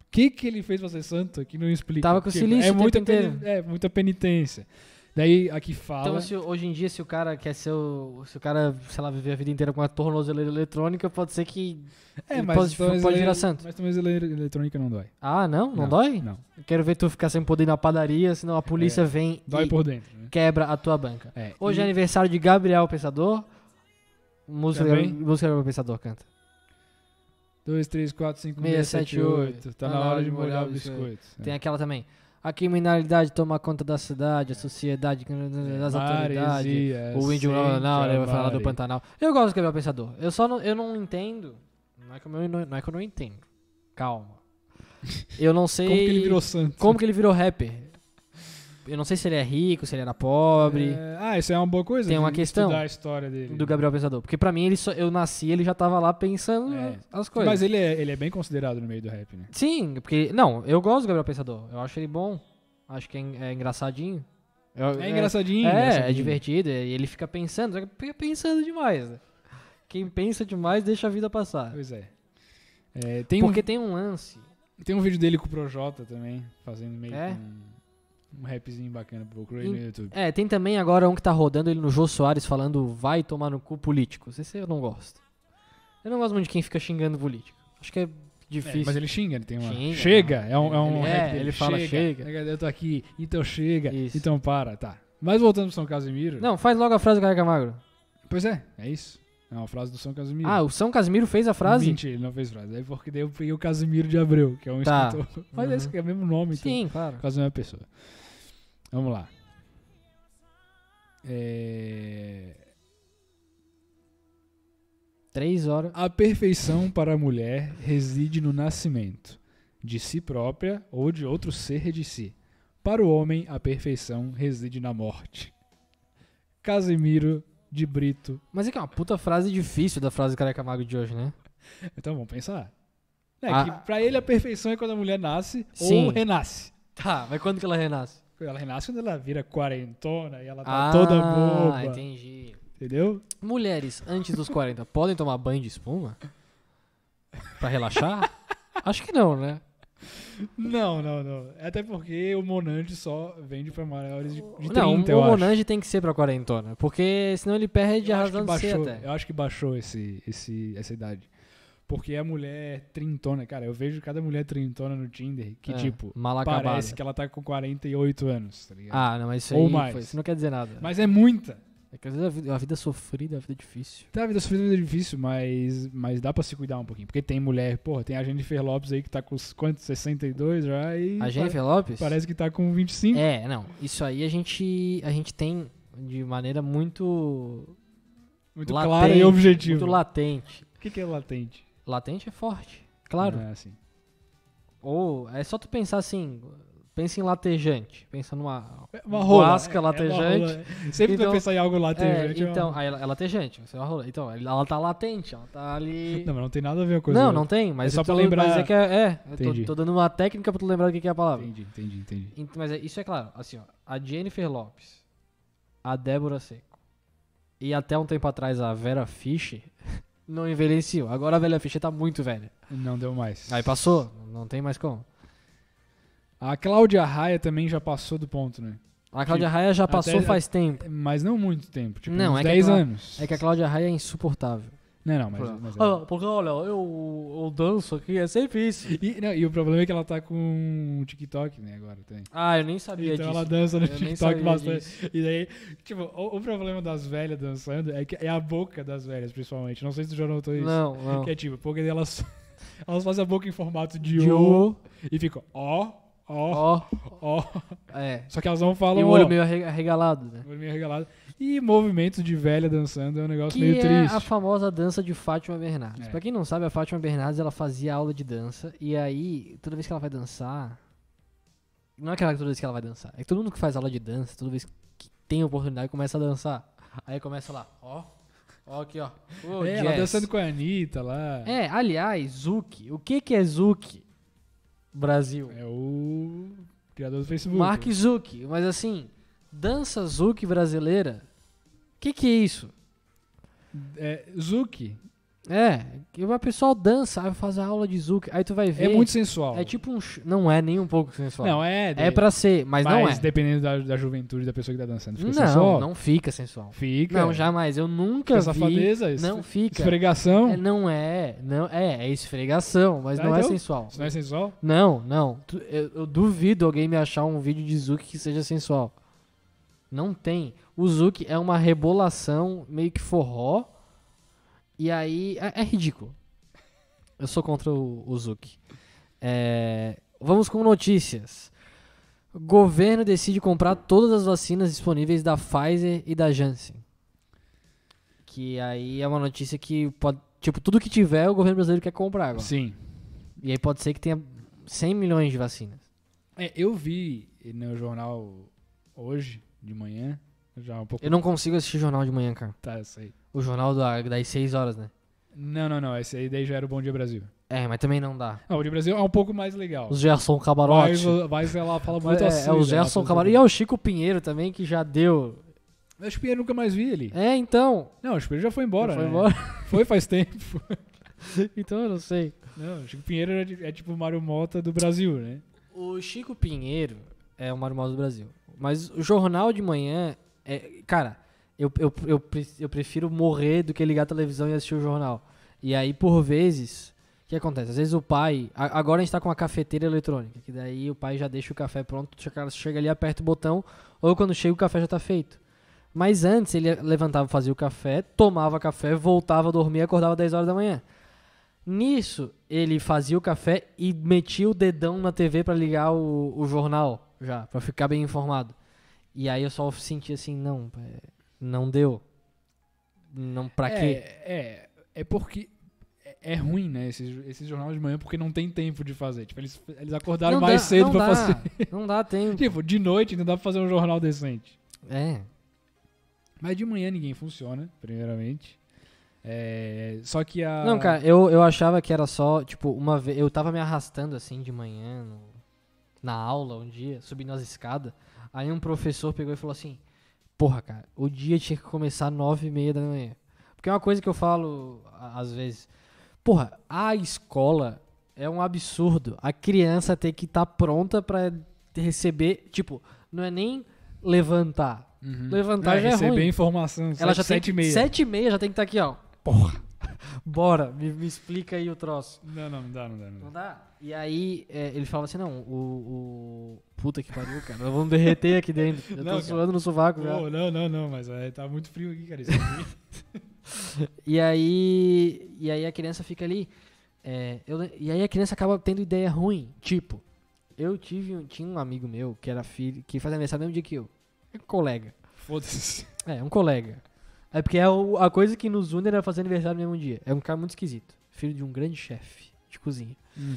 [SPEAKER 4] O que, que ele fez pra ser santo que não explica?
[SPEAKER 3] Tava com
[SPEAKER 4] Porque
[SPEAKER 3] silício
[SPEAKER 4] é
[SPEAKER 3] o
[SPEAKER 4] muita
[SPEAKER 3] tempo inteiro.
[SPEAKER 4] peni- É, muita penitência. Daí aqui fala.
[SPEAKER 3] Então, se, hoje em dia, se o cara quer ser o. Se o cara, sei lá, viver a vida inteira com uma tornozeleira eletrônica, pode ser que.
[SPEAKER 4] é,
[SPEAKER 3] ele
[SPEAKER 4] mas
[SPEAKER 3] pode-
[SPEAKER 4] tornozeleira-
[SPEAKER 3] pode virar santo.
[SPEAKER 4] Mas tornozeleira eletrônica não dói.
[SPEAKER 3] Ah, não? Não, dói?
[SPEAKER 4] Não. É,
[SPEAKER 3] Eu Quero ver tu ficar sem poder ir na padaria, senão a polícia vem
[SPEAKER 4] Dói
[SPEAKER 3] e
[SPEAKER 4] por dentro. né?
[SPEAKER 3] quebra a tua banca.
[SPEAKER 4] É,
[SPEAKER 3] Hoje
[SPEAKER 4] e-
[SPEAKER 3] é aniversário de Gabriel Pensador. Música,
[SPEAKER 4] Também?
[SPEAKER 3] música Gabriel Pensador canta.
[SPEAKER 4] 2, 3, 4, 5, 6,
[SPEAKER 3] Meia,
[SPEAKER 4] 7,
[SPEAKER 3] sete,
[SPEAKER 4] 8.
[SPEAKER 3] oito.
[SPEAKER 4] Tá na hora de molhar o biscoito.
[SPEAKER 3] Tem
[SPEAKER 4] É.
[SPEAKER 3] aquela também. A criminalidade toma conta da cidade, a sociedade, das autoridades.
[SPEAKER 4] Maresia,
[SPEAKER 3] O índio
[SPEAKER 4] sente
[SPEAKER 3] Lanal, ele
[SPEAKER 4] a
[SPEAKER 3] vai falar do
[SPEAKER 4] maré.
[SPEAKER 3] Pantanal. Eu gosto do Gabriel Pensador. Eu só não, eu não entendo. Não é, que eu não, não é que eu não entendo.
[SPEAKER 4] [laughs]
[SPEAKER 3] Calma. Eu não sei.
[SPEAKER 4] Como que ele virou assim? santo?
[SPEAKER 3] como que ele virou rapper. Eu não sei se ele é rico, se ele era pobre.
[SPEAKER 4] É, Ah, isso é uma boa coisa.
[SPEAKER 3] Tem
[SPEAKER 4] de
[SPEAKER 3] uma questão
[SPEAKER 4] Estudar a história dele. né?
[SPEAKER 3] Do Gabriel Pensador. Porque pra mim, ele só- eu nasci ele já tava lá pensando
[SPEAKER 4] É.
[SPEAKER 3] as coisas.
[SPEAKER 4] Mas ele é, ele é bem considerado no meio do rap, né?
[SPEAKER 3] Sim, porque. Não, eu gosto do Gabriel Pensador. Eu acho ele bom. Acho que é, en- é engraçadinho. Eu-
[SPEAKER 4] É engraçadinho.
[SPEAKER 3] É, é
[SPEAKER 4] engraçadinho.
[SPEAKER 3] divertido. E ele fica pensando. Só que fica pensando demais. né? Quem pensa demais deixa a vida passar.
[SPEAKER 4] Pois é. É, tem,
[SPEAKER 3] Porque tem um lance.
[SPEAKER 4] um, tem um vídeo dele com o Projota também, fazendo meio
[SPEAKER 3] É?
[SPEAKER 4] que um, um rapzinho bacana. Procurei no
[SPEAKER 3] Em-
[SPEAKER 4] YouTube.
[SPEAKER 3] É, tem também agora um que tá rodando ele no Jô Soares falando vai tomar no cu político. Esse eu não gosto. Eu não gosto muito de quem fica xingando político. Acho que é difícil.
[SPEAKER 4] É, mas ele xinga, ele tem uma.
[SPEAKER 3] Xinga,
[SPEAKER 4] chega!
[SPEAKER 3] não.
[SPEAKER 4] É um, é um
[SPEAKER 3] Ele-
[SPEAKER 4] rap
[SPEAKER 3] é,
[SPEAKER 4] dele.
[SPEAKER 3] ele fala,
[SPEAKER 4] né, Eu tô aqui, então chega,
[SPEAKER 3] Isso.
[SPEAKER 4] então para, tá. Mas voltando pro São Casimiro.
[SPEAKER 3] Não, faz logo a frase do Careca Magro.
[SPEAKER 4] Pois é, é isso. É uma frase do São Casimiro.
[SPEAKER 3] Ah, o São Casimiro fez a frase?
[SPEAKER 4] Mentira, ele não fez frase. É porque daí eu peguei o Casimiro de Abreu, que é um
[SPEAKER 3] Tá.
[SPEAKER 4] escritor. [laughs] Mas
[SPEAKER 3] Uhum.
[SPEAKER 4] esse que é o mesmo nome, então.
[SPEAKER 3] Sim, claro.
[SPEAKER 4] Quase a mesma pessoa. Vamos lá. É...
[SPEAKER 3] Três horas.
[SPEAKER 4] A perfeição para a mulher reside no nascimento, de si própria ou de outro ser de si. Para o homem, a perfeição reside na morte. Casimiro de Brito.
[SPEAKER 3] Mas é que é uma puta frase difícil da frase do Careca Magro de hoje, né?
[SPEAKER 4] Então vamos pensar. É
[SPEAKER 3] Ah.
[SPEAKER 4] que pra ele a perfeição é quando a mulher nasce
[SPEAKER 3] Sim.
[SPEAKER 4] ou renasce.
[SPEAKER 3] Tá, mas quando que ela renasce?
[SPEAKER 4] Ela renasce quando ela vira quarentona e ela tá toda boba.
[SPEAKER 3] Ah, entendi.
[SPEAKER 4] Entendeu?
[SPEAKER 3] Mulheres antes dos 40 podem tomar banho de espuma? Pra relaxar? Acho que não, né?
[SPEAKER 4] Não, não, não. É Até porque o Monange só vende pra maiores de, de 30,
[SPEAKER 3] não,
[SPEAKER 4] eu
[SPEAKER 3] o
[SPEAKER 4] acho.
[SPEAKER 3] Monange tem que ser pra quarentona. Porque senão ele perde
[SPEAKER 4] Eu
[SPEAKER 3] a
[SPEAKER 4] acho que
[SPEAKER 3] razão de ser
[SPEAKER 4] baixou,
[SPEAKER 3] até.
[SPEAKER 4] Eu acho que baixou esse, esse, essa idade. Porque a mulher trintona, cara, eu vejo cada mulher trintona no Tinder que,
[SPEAKER 3] É,
[SPEAKER 4] tipo,
[SPEAKER 3] mal acabada.
[SPEAKER 4] parece que ela tá com 48 anos, tá ligado?
[SPEAKER 3] Ah, não, mas isso
[SPEAKER 4] Ou
[SPEAKER 3] aí
[SPEAKER 4] mais.
[SPEAKER 3] foi- isso não quer dizer nada.
[SPEAKER 4] Mas é muita.
[SPEAKER 3] É que às vezes a vida, a vida sofrida, a vida difícil.
[SPEAKER 4] Tá, a vida sofrida é difícil, mas, mas dá pra se cuidar um pouquinho. Porque tem mulher, porra, tem a Jennifer Lopes aí que tá com os quantos? 62 já e.
[SPEAKER 3] A
[SPEAKER 4] Hum, pare-
[SPEAKER 3] Jennifer Lopes?
[SPEAKER 4] Parece que tá com 25.
[SPEAKER 3] É, não. Isso aí a gente, a gente tem de maneira muito,
[SPEAKER 4] muito
[SPEAKER 3] latente,
[SPEAKER 4] clara e objetiva.
[SPEAKER 3] Muito latente.
[SPEAKER 4] O que, que é latente?
[SPEAKER 3] Latente é forte, claro.
[SPEAKER 4] É, assim.
[SPEAKER 3] Ou é só tu pensar assim, pensa em latejante. Pensa numa
[SPEAKER 4] É Uma rola.
[SPEAKER 3] guasca
[SPEAKER 4] é- é uma
[SPEAKER 3] latejante.
[SPEAKER 4] rola. Sempre que eu
[SPEAKER 3] Então-
[SPEAKER 4] pensar em algo
[SPEAKER 3] É,
[SPEAKER 4] latejante. é uma-
[SPEAKER 3] então, aí ela é latejante, você é uma rola. Então, ela tá latente, ela tá ali.
[SPEAKER 4] Não, mas não tem nada a ver com a coisa.
[SPEAKER 3] Não,
[SPEAKER 4] da-
[SPEAKER 3] não tem, mas
[SPEAKER 4] É só
[SPEAKER 3] eu tô-
[SPEAKER 4] pra lembrar.
[SPEAKER 3] Mas é que é, é, eu
[SPEAKER 4] Entendi.
[SPEAKER 3] tô, tô dando uma técnica pra tu lembrar do que que é a palavra.
[SPEAKER 4] Entendi, entendi, entendi.
[SPEAKER 3] Ent- Mas é- isso é claro, assim, ó, a Jennifer Lopes, a Débora Seco e até um tempo atrás a Vera Fischer [laughs] não envelheciam. Agora a Vera Fischer tá muito velha.
[SPEAKER 4] Não deu mais.
[SPEAKER 3] Aí passou, não tem mais como.
[SPEAKER 4] A Cláudia Raia também já passou do ponto, né?
[SPEAKER 3] A Cláudia Raia já
[SPEAKER 4] até-
[SPEAKER 3] passou faz tempo.
[SPEAKER 4] Mas não muito tempo, tipo
[SPEAKER 3] Não,
[SPEAKER 4] uns
[SPEAKER 3] é que a
[SPEAKER 4] 10
[SPEAKER 3] Clá-
[SPEAKER 4] anos.
[SPEAKER 3] É que a Cláudia Raia é insuportável.
[SPEAKER 4] Não, não, mas... mas é. ela-
[SPEAKER 3] Ah, porque olha, eu, eu danço aqui, é sempre isso.
[SPEAKER 4] E, não, e o problema é que ela tá com o TikTok, né, agora também.
[SPEAKER 3] Ah, eu nem sabia
[SPEAKER 4] Então
[SPEAKER 3] disso.
[SPEAKER 4] ela dança no
[SPEAKER 3] Eu nem
[SPEAKER 4] TikTok
[SPEAKER 3] sabia
[SPEAKER 4] bastante.
[SPEAKER 3] disso.
[SPEAKER 4] [laughs] E daí, tipo, o, o problema das velhas dançando é que é a boca das velhas, principalmente. Não sei se tu já notou isso.
[SPEAKER 3] Não, não.
[SPEAKER 4] Que é tipo, porque elas, [laughs] elas fazem a boca em formato de,
[SPEAKER 3] De
[SPEAKER 4] O
[SPEAKER 3] o,
[SPEAKER 4] e ficam ó, ó,
[SPEAKER 3] ó,
[SPEAKER 4] ó.
[SPEAKER 3] é.
[SPEAKER 4] Só que elas não falam
[SPEAKER 3] E o
[SPEAKER 4] ó.
[SPEAKER 3] olho meio arre- arregalado, né?
[SPEAKER 4] Olho meio arregalado. E movimentos de velha dançando é um negócio
[SPEAKER 3] Que
[SPEAKER 4] meio
[SPEAKER 3] é
[SPEAKER 4] triste.
[SPEAKER 3] a famosa dança de Fátima Bernardes.
[SPEAKER 4] É.
[SPEAKER 3] Pra quem não sabe, a Fátima Bernardes ela fazia aula de dança e aí toda vez que ela vai dançar, não é aquela que toda vez que ela vai dançar, é que todo mundo que faz aula de dança, toda vez que tem oportunidade começa a dançar. Aí começa lá, ó, ó aqui ó. Ô,
[SPEAKER 4] É, ela
[SPEAKER 3] jazz.
[SPEAKER 4] dançando com a Anitta lá.
[SPEAKER 3] É, aliás, Zuki, o que que é Zuki? Brasil.
[SPEAKER 4] É o criador do Facebook.
[SPEAKER 3] Mark Zuki, mas assim, dança Zuki brasileira. Que que é isso?
[SPEAKER 4] É, Zuki
[SPEAKER 3] É, que o pessoal dança, aí faz a aula de Zouk, aí tu vai ver.
[SPEAKER 4] É muito sensual.
[SPEAKER 3] É tipo um. sh- Não é nem um pouco sensual.
[SPEAKER 4] Não, é.
[SPEAKER 3] É pra ser, mas, não é.
[SPEAKER 4] dependendo da, da juventude da pessoa que tá dançando. Fica
[SPEAKER 3] não,
[SPEAKER 4] sensual.
[SPEAKER 3] não fica sensual.
[SPEAKER 4] Fica.
[SPEAKER 3] Não, jamais. Eu nunca
[SPEAKER 4] Fica
[SPEAKER 3] vi.
[SPEAKER 4] safadeza. es-
[SPEAKER 3] Não fica.
[SPEAKER 4] Esfregação.
[SPEAKER 3] É, não é, não é, é esfregação, mas
[SPEAKER 4] Ah,
[SPEAKER 3] não é
[SPEAKER 4] então?
[SPEAKER 3] sensual.
[SPEAKER 4] Isso não é sensual?
[SPEAKER 3] Não, não. Tu- Eu, eu duvido alguém me achar um vídeo de Zuki que seja sensual. Não tem. O Zuki é uma rebolação meio que forró. E aí. É, é ridículo. Eu sou contra o, o Zuki. É, vamos com notícias. Governo decide comprar todas as vacinas disponíveis da Pfizer e da Janssen. Que aí é uma notícia que pode. Tipo, tudo que tiver, o governo brasileiro quer comprar agora.
[SPEAKER 4] Sim.
[SPEAKER 3] E aí pode ser que tenha 100 milhões de vacinas.
[SPEAKER 4] É, eu vi no jornal hoje, de manhã, já um pouco.
[SPEAKER 3] Eu não consigo assistir jornal de manhã, cara.
[SPEAKER 4] Tá, eu sei.
[SPEAKER 3] O jornal da- das 6 horas, né?
[SPEAKER 4] Não, não, não. Esse aí daí já era o Bom Dia Brasil.
[SPEAKER 3] É, mas também não dá.
[SPEAKER 4] Ah, o Bom Dia Brasil é um pouco mais legal.
[SPEAKER 3] Os Gerson
[SPEAKER 4] Mas,
[SPEAKER 3] Cabarote.
[SPEAKER 4] mas ela fala muito
[SPEAKER 3] É,
[SPEAKER 4] assim.
[SPEAKER 3] é o
[SPEAKER 4] né,
[SPEAKER 3] Gerson
[SPEAKER 4] ela fala-
[SPEAKER 3] Cabarote. E é o Chico Pinheiro também, que já deu.
[SPEAKER 4] Eu acho que eu nunca mais vi ele.
[SPEAKER 3] É, então.
[SPEAKER 4] Não, acho que ele já foi embora.
[SPEAKER 3] Foi
[SPEAKER 4] né?
[SPEAKER 3] embora.
[SPEAKER 4] [laughs] Foi faz tempo.
[SPEAKER 3] [laughs] então eu não sei.
[SPEAKER 4] Não, Chico Pinheiro é, de- é tipo o Mário Mota do Brasil, né?
[SPEAKER 3] O Chico Pinheiro é o Mário Mouse do Brasil. Mas o jornal de manhã. É, cara, eu, eu, eu, pre- eu prefiro morrer do que ligar a televisão e assistir o jornal. E aí, por vezes, o que acontece? Às vezes o pai. a- agora a gente tá com uma cafeteira eletrônica, que daí o pai já deixa o café pronto, o cara chega ali, aperta o botão, ou quando chega o café já tá feito. Mas antes ele levantava, fazia o café, tomava café, voltava a dormir e acordava 10 horas da manhã. Nisso, ele fazia o café e metia o dedão na TV pra ligar o, o jornal, já, pra ficar bem informado. E aí eu só senti assim, não, é, não deu. Não, pra quê?
[SPEAKER 4] É, é, é porque. é- É ruim, né? Esses esse jornal de manhã, porque não tem tempo de fazer. Tipo, eles, eles
[SPEAKER 3] Não
[SPEAKER 4] acordaram mais
[SPEAKER 3] dá-
[SPEAKER 4] cedo
[SPEAKER 3] não
[SPEAKER 4] pra
[SPEAKER 3] dá,
[SPEAKER 4] fazer. [laughs]
[SPEAKER 3] Não dá tempo.
[SPEAKER 4] Tipo, de noite ainda dá pra fazer um jornal decente.
[SPEAKER 3] É.
[SPEAKER 4] Mas de manhã ninguém funciona, primeiramente. É, só que a.
[SPEAKER 3] Não, cara, eu, eu achava que era só, tipo, uma vez. Eu tava me arrastando assim de manhã no- na aula um dia, subindo as escadas. Aí um professor pegou e falou assim: Porra, cara, o dia tinha que começar às nove e meia da manhã. Porque é uma coisa que eu falo a- às vezes: Porra, a escola é um absurdo. A criança tem que estar pronta pra receber. Tipo, não é nem levantar.
[SPEAKER 4] Uhum.
[SPEAKER 3] Levantar já é
[SPEAKER 4] receber
[SPEAKER 3] ruim.
[SPEAKER 4] informação.
[SPEAKER 3] Ela
[SPEAKER 4] sete-
[SPEAKER 3] já
[SPEAKER 4] sete
[SPEAKER 3] tem
[SPEAKER 4] e meia.
[SPEAKER 3] Sete e meia já tem que estar aqui, ó. Porra. [laughs] Bora, me, me explica aí o troço.
[SPEAKER 4] Não, não, não dá, não dá. Não dá.
[SPEAKER 3] Não dá? E aí é, ele falava assim, não, o, o- Puta que pariu, cara. Nós vamos derreter aqui dentro. Eu tô
[SPEAKER 4] Não, cara.
[SPEAKER 3] suando no sovaco já.
[SPEAKER 4] Pô, não, não, não, mas é, tá muito frio aqui, [laughs] cara.
[SPEAKER 3] E aí, e aí a criança fica ali. é, eu le- e aí a criança acaba tendo ideia ruim. Tipo, eu tive um- tinha um amigo meu que era filho, que faz aniversário no mesmo dia que eu. É um colega.
[SPEAKER 4] Foda-se.
[SPEAKER 3] É, um colega. É porque é o- a coisa que nos une era fazer aniversário no mesmo dia. É um cara muito esquisito. Filho de um grande chefe de cozinha.
[SPEAKER 4] Hum.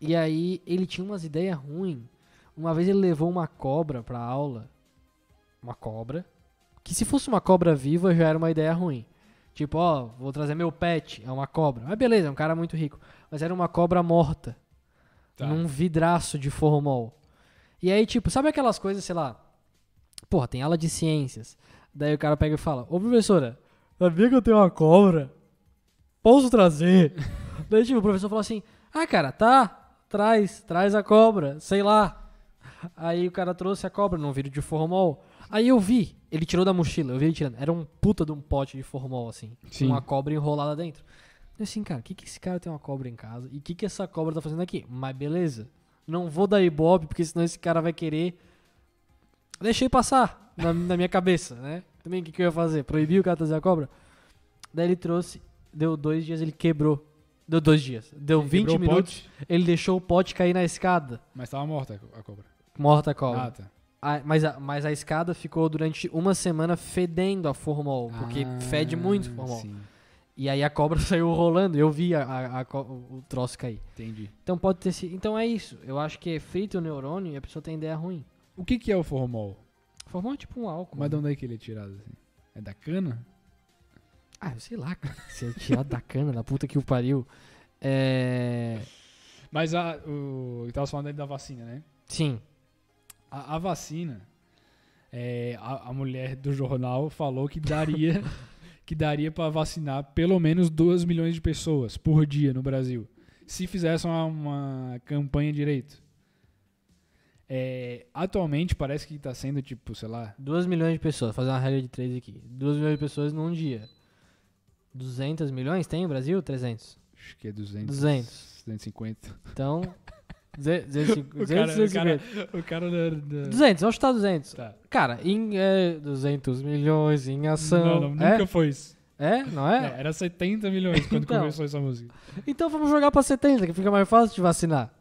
[SPEAKER 3] E aí ele tinha umas ideias ruins. Uma vez ele levou uma cobra pra aula. Uma cobra. Que se fosse uma cobra viva já era uma ideia ruim. Tipo, ó, vou trazer meu pet, é uma cobra. Mas beleza, é um cara muito rico. Mas era uma cobra morta
[SPEAKER 4] Tá.
[SPEAKER 3] num vidraço de formol. E aí, tipo, sabe aquelas coisas, sei lá, porra, tem aula de ciências. Daí o cara pega e fala, ô professora, sabia que eu tenho uma cobra? Posso trazer? Daí, tipo, o professor fala assim, ah, cara, tá, traz, traz a cobra, sei lá. Aí o cara trouxe a cobra num vidro de formol. Aí eu vi, ele tirou da mochila, eu vi ele tirando. Era um puta de um pote de formol, assim.
[SPEAKER 4] Sim.
[SPEAKER 3] Com uma cobra enrolada dentro. Eu assim, cara, o que, que esse cara tem uma cobra em casa? E o que, que essa cobra tá fazendo aqui? Mas beleza, não vou dar ibope, porque senão esse cara vai querer. Deixei passar na, na minha cabeça, né? Também o que, que eu ia fazer? Proibir o cara trazer a cobra? Daí ele trouxe, deu dois dias, ele quebrou. Deu dois dias. Deu 20
[SPEAKER 4] Quebrou o
[SPEAKER 3] minutos,
[SPEAKER 4] pote,
[SPEAKER 3] ele deixou o pote cair na escada.
[SPEAKER 4] Mas tava morta a co- a cobra.
[SPEAKER 3] Morta a
[SPEAKER 4] Ah,
[SPEAKER 3] cobra.
[SPEAKER 4] tá.
[SPEAKER 3] Ah, mas, a, mas a escada ficou durante uma semana fedendo a formol, porque
[SPEAKER 4] Ah,
[SPEAKER 3] fede muito formol.
[SPEAKER 4] Sim,
[SPEAKER 3] E aí a cobra [laughs] saiu rolando, eu vi a- a- a co- o troço cair.
[SPEAKER 4] entendi.
[SPEAKER 3] Então pode ter sido. Então é isso. Eu acho que é frita o neurônio e a pessoa tem ideia ruim.
[SPEAKER 4] O que que é o formol?
[SPEAKER 3] Formou tipo um álcool.
[SPEAKER 4] Mas de onde é que ele é tirado, assim? É da cana?
[SPEAKER 3] Ah, eu sei lá, cara. Se é tirado da cana, da puta que o pariu. É.
[SPEAKER 4] Mas a, o, eu tava falando aí da vacina, né?
[SPEAKER 3] Sim.
[SPEAKER 4] A, a [laughs] vacina, é, a, a mulher do jornal falou que daria que daria para vacinar pelo menos 2 milhões de pessoas por dia no Brasil, se fizessem uma, uma campanha direito. É, atualmente parece que está sendo tipo, sei lá,
[SPEAKER 3] 2 milhões de pessoas, fazer uma regra de 3 aqui. 2 milhões de pessoas num dia. 200 milhões tem no Brasil? 300.
[SPEAKER 4] acho que é 200,
[SPEAKER 3] 200.
[SPEAKER 4] 250.
[SPEAKER 3] Então, [laughs] 250.
[SPEAKER 4] [laughs] O
[SPEAKER 3] 250.
[SPEAKER 4] cara, o cara, o cara da- da-
[SPEAKER 3] 200, vamos chutar 200.
[SPEAKER 4] Tá.
[SPEAKER 3] Cara, em é, 200 milhões em ação.
[SPEAKER 4] Não, não, nunca foi isso.
[SPEAKER 3] é? é? Não é?
[SPEAKER 4] Não, era 70 milhões quando
[SPEAKER 3] Então.
[SPEAKER 4] começou essa música.
[SPEAKER 3] Então vamos jogar pra 70, que fica mais fácil de vacinar.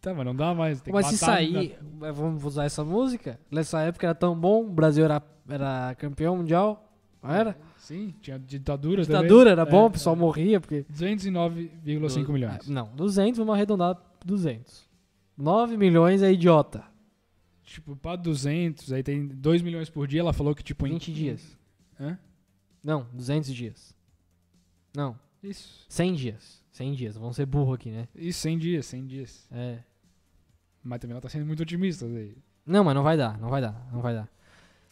[SPEAKER 4] Tá, mas não dá mais. Tem
[SPEAKER 3] Mas
[SPEAKER 4] que
[SPEAKER 3] se
[SPEAKER 4] matar-
[SPEAKER 3] sair, eh, vamos usar essa música? Nessa época era tão bom, o Brasil era, era campeão mundial, não era?
[SPEAKER 4] Sim, tinha ditadura também.
[SPEAKER 3] Ditadura era bom,
[SPEAKER 4] É,
[SPEAKER 3] o pessoal morria, porque...
[SPEAKER 4] é. 209,5 milhões.
[SPEAKER 3] É, Não, 200, vamos arredondar 200. 9 milhões é idiota.
[SPEAKER 4] Tipo, pra 200, aí tem 2 milhões por dia. Ela falou que, tipo, em
[SPEAKER 3] 20 dias.
[SPEAKER 4] Hã?
[SPEAKER 3] Não, 200 dias. Não,
[SPEAKER 4] Isso.
[SPEAKER 3] 100 dias. 100 dias, vamos ser burro aqui, né?
[SPEAKER 4] Isso, 100 dias, 100 dias.
[SPEAKER 3] É.
[SPEAKER 4] Mas também ela tá sendo muito otimista. daí.
[SPEAKER 3] Não, mas não vai dar, não vai dar, não vai dar.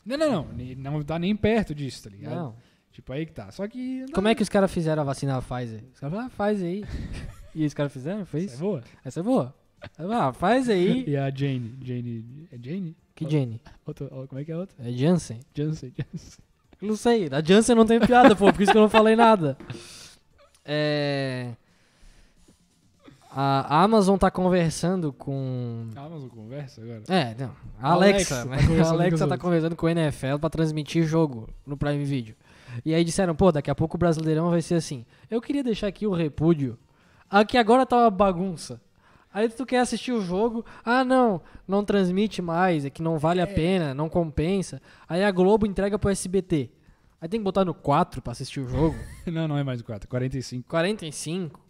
[SPEAKER 4] Não, não, não. nem- Não tá nem perto disso, tá ligado?
[SPEAKER 3] Não.
[SPEAKER 4] Tipo, aí que tá. Só que.
[SPEAKER 3] Como é que os caras fizeram a vacina Pfizer? Os caras falaram, ah, faz [laughs] aí. e os caras fizeram? Foi
[SPEAKER 4] isso? É
[SPEAKER 3] isso?
[SPEAKER 4] boa.
[SPEAKER 3] Essa é boa. Ah, faz aí. [laughs]
[SPEAKER 4] E a Jane. Jane. É Jane?
[SPEAKER 3] Que Jenny?
[SPEAKER 4] Outra, ó, como é que é a outra?
[SPEAKER 3] É Janssen?
[SPEAKER 4] Jansen. Jansen.
[SPEAKER 3] Não sei. A Janssen não tem piada, pô, por isso que eu não falei nada. É. A Amazon tá conversando com.
[SPEAKER 4] A Amazon conversa agora?
[SPEAKER 3] É, não. A
[SPEAKER 4] Alexa
[SPEAKER 3] Alexa.
[SPEAKER 4] tá
[SPEAKER 3] né? [laughs]
[SPEAKER 4] conversando com os
[SPEAKER 3] a Alexa tá
[SPEAKER 4] outros.
[SPEAKER 3] conversando com o NFL pra transmitir jogo no Prime Video. E aí disseram, pô, daqui a pouco o Brasileirão vai ser assim. Eu queria deixar aqui o repúdio. Aqui agora tá uma bagunça. Aí tu quer assistir o jogo, ah não, não transmite mais, é que não vale a pena, não compensa. Aí a Globo entrega pro SBT. Aí tem que botar no 4 pra assistir o jogo.
[SPEAKER 4] Não, não é mais 4, 45.
[SPEAKER 3] 45.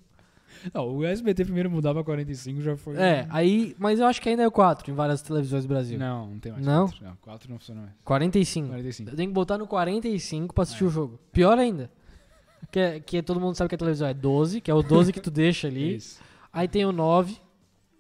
[SPEAKER 4] Não, o SBT primeiro mudar pra 45 já foi.
[SPEAKER 3] É, aí, mas eu acho que ainda é o 4 em várias televisões do Brasil.
[SPEAKER 4] Não, não tem mais
[SPEAKER 3] Não? Hum.
[SPEAKER 4] 4. Não, 4 não funciona mais.
[SPEAKER 3] 45.
[SPEAKER 4] 45.
[SPEAKER 3] Eu tenho que botar no 45 pra
[SPEAKER 4] É.
[SPEAKER 3] assistir o jogo. Pior ainda. Que, é- que todo mundo sabe que a televisão é 12, que é o 12 que tu deixa ali.
[SPEAKER 4] É [laughs] Isso.
[SPEAKER 3] Aí tem o 9.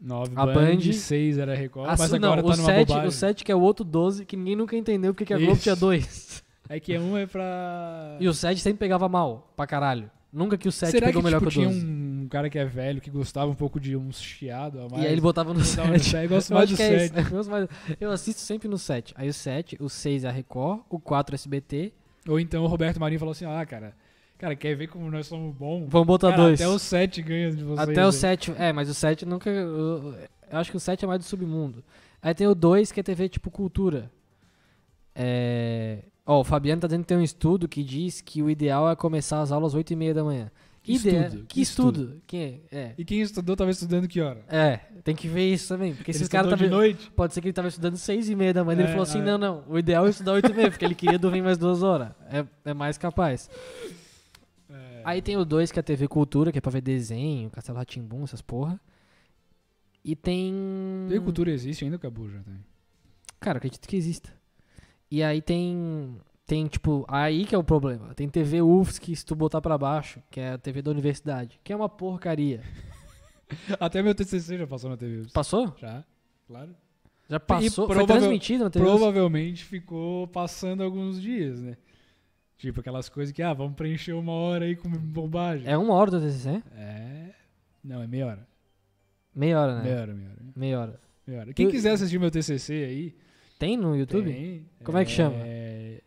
[SPEAKER 4] 9
[SPEAKER 3] A
[SPEAKER 4] Band,
[SPEAKER 3] Band.
[SPEAKER 4] 6 era Record,
[SPEAKER 3] a,
[SPEAKER 4] mas
[SPEAKER 3] Ah, não,
[SPEAKER 4] agora
[SPEAKER 3] o,
[SPEAKER 4] tá numa
[SPEAKER 3] 7,
[SPEAKER 4] bobagem.
[SPEAKER 3] o 7 que é o outro 12, que ninguém nunca entendeu porque que a Globo
[SPEAKER 4] Isso.
[SPEAKER 3] tinha 2.
[SPEAKER 4] É que um é pra...
[SPEAKER 3] E o 7 sempre pegava mal, pra caralho. Nunca que o 7
[SPEAKER 4] Será
[SPEAKER 3] pegou
[SPEAKER 4] que
[SPEAKER 3] melhor
[SPEAKER 4] tipo,
[SPEAKER 3] que o
[SPEAKER 4] tinha
[SPEAKER 3] 12.
[SPEAKER 4] um cara que é velho, que gostava um pouco de uns chiado a um mais? então
[SPEAKER 3] E aí ele botava no
[SPEAKER 4] Botava no
[SPEAKER 3] 7.
[SPEAKER 4] sete, eu gosto
[SPEAKER 3] Eu
[SPEAKER 4] mais
[SPEAKER 3] acho
[SPEAKER 4] do
[SPEAKER 3] que é
[SPEAKER 4] 7.
[SPEAKER 3] isso. Eu gosto mais- Eu assisto sempre no 7. Aí o 7, o 6 é a Record, o 4 é SBT.
[SPEAKER 4] Ou então o Roberto Marinho falou assim, ah, cara, cara, quer ver como nós somos bons?
[SPEAKER 3] Vamos botar
[SPEAKER 4] Cara,
[SPEAKER 3] 2.
[SPEAKER 4] até o 7 ganha de vocês.
[SPEAKER 3] Até o
[SPEAKER 4] aí.
[SPEAKER 3] 7. É, mas o 7 nunca. Eu, eu acho que o 7 é mais do submundo. Aí tem o 2, que é TV tipo cultura. É. Ó, o Fabiano tá dizendo que tem um estudo que diz que o ideal é começar as aulas 8 e meia da manhã.
[SPEAKER 4] Que
[SPEAKER 3] Ideia-
[SPEAKER 4] estudo?
[SPEAKER 3] Que estudo? Que, é.
[SPEAKER 4] E quem estudou tava estudando que hora?
[SPEAKER 3] É, tem que ver isso também. Porque
[SPEAKER 4] Ele
[SPEAKER 3] esses tá caras
[SPEAKER 4] estudou de
[SPEAKER 3] também.
[SPEAKER 4] noite?
[SPEAKER 3] Pode ser que ele tava estudando 6 e meia da manhã.
[SPEAKER 4] É,
[SPEAKER 3] ele falou assim:
[SPEAKER 4] é.
[SPEAKER 3] não, não, o ideal é estudar 8 e meia, porque ele queria dormir mais duas horas. É, é mais capaz.
[SPEAKER 4] É.
[SPEAKER 3] Aí tem o 2, que é a TV Cultura, que é pra ver desenho, Castelo Ratimbum, essas porra. E tem. Hum.
[SPEAKER 4] TV Cultura existe ainda, Cabu, já tem.
[SPEAKER 3] Cara, eu acredito que exista. E aí tem. Tem, tipo, aí que é o problema. Tem TV UFSC, se tu botar pra baixo, que é a TV da universidade, que é uma porcaria.
[SPEAKER 4] Até meu TCC já passou na TV.
[SPEAKER 3] Passou?
[SPEAKER 4] Já, claro.
[SPEAKER 3] Já passou? Foi
[SPEAKER 4] provável-
[SPEAKER 3] transmitido na TV UFSC?
[SPEAKER 4] Provavelmente ficou passando alguns dias, né? Tipo aquelas coisas que, ah, vamos preencher uma hora aí com bobagem.
[SPEAKER 3] É uma hora do TCC?
[SPEAKER 4] É. Não, é meia hora.
[SPEAKER 3] Meia hora, né?
[SPEAKER 4] Meia hora, meia hora.
[SPEAKER 3] Meia hora.
[SPEAKER 4] Meia hora. Quem
[SPEAKER 3] Eu-
[SPEAKER 4] quiser assistir meu TCC aí.
[SPEAKER 3] Tem no YouTube?
[SPEAKER 4] tem,
[SPEAKER 3] Como é que chama?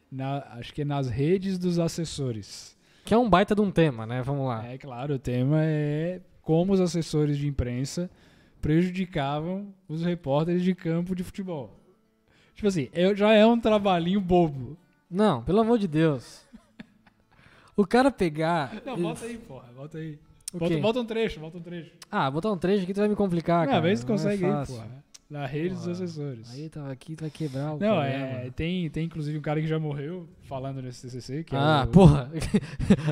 [SPEAKER 4] na- acho que é nas redes dos assessores.
[SPEAKER 3] Que é um baita de um tema, né? Vamos lá.
[SPEAKER 4] É claro, o tema é como os assessores de imprensa prejudicavam os repórteres de campo de futebol. Tipo assim, é- já é um trabalhinho bobo.
[SPEAKER 3] Não, pelo amor de
[SPEAKER 4] [laughs]
[SPEAKER 3] Deus. O cara pegar.
[SPEAKER 4] Não, bota aí, porra, bota aí.
[SPEAKER 3] O
[SPEAKER 4] Bota,
[SPEAKER 3] quê?
[SPEAKER 4] bota um trecho, bota um trecho.
[SPEAKER 3] Ah, botar um trecho aqui tu vai me
[SPEAKER 4] Ah,
[SPEAKER 3] complicar, cara.
[SPEAKER 4] não, vê se
[SPEAKER 3] Não é
[SPEAKER 4] consegue aí,
[SPEAKER 3] fácil.
[SPEAKER 4] porra. Na rede dos
[SPEAKER 3] Porra.
[SPEAKER 4] assessores.
[SPEAKER 3] Aí tá um tava aqui, tu vai quebrar o.
[SPEAKER 4] não,
[SPEAKER 3] programa.
[SPEAKER 4] é, tem, tem inclusive um cara que já morreu falando nesse TCC. Que
[SPEAKER 3] ah,
[SPEAKER 4] é o,
[SPEAKER 3] porra.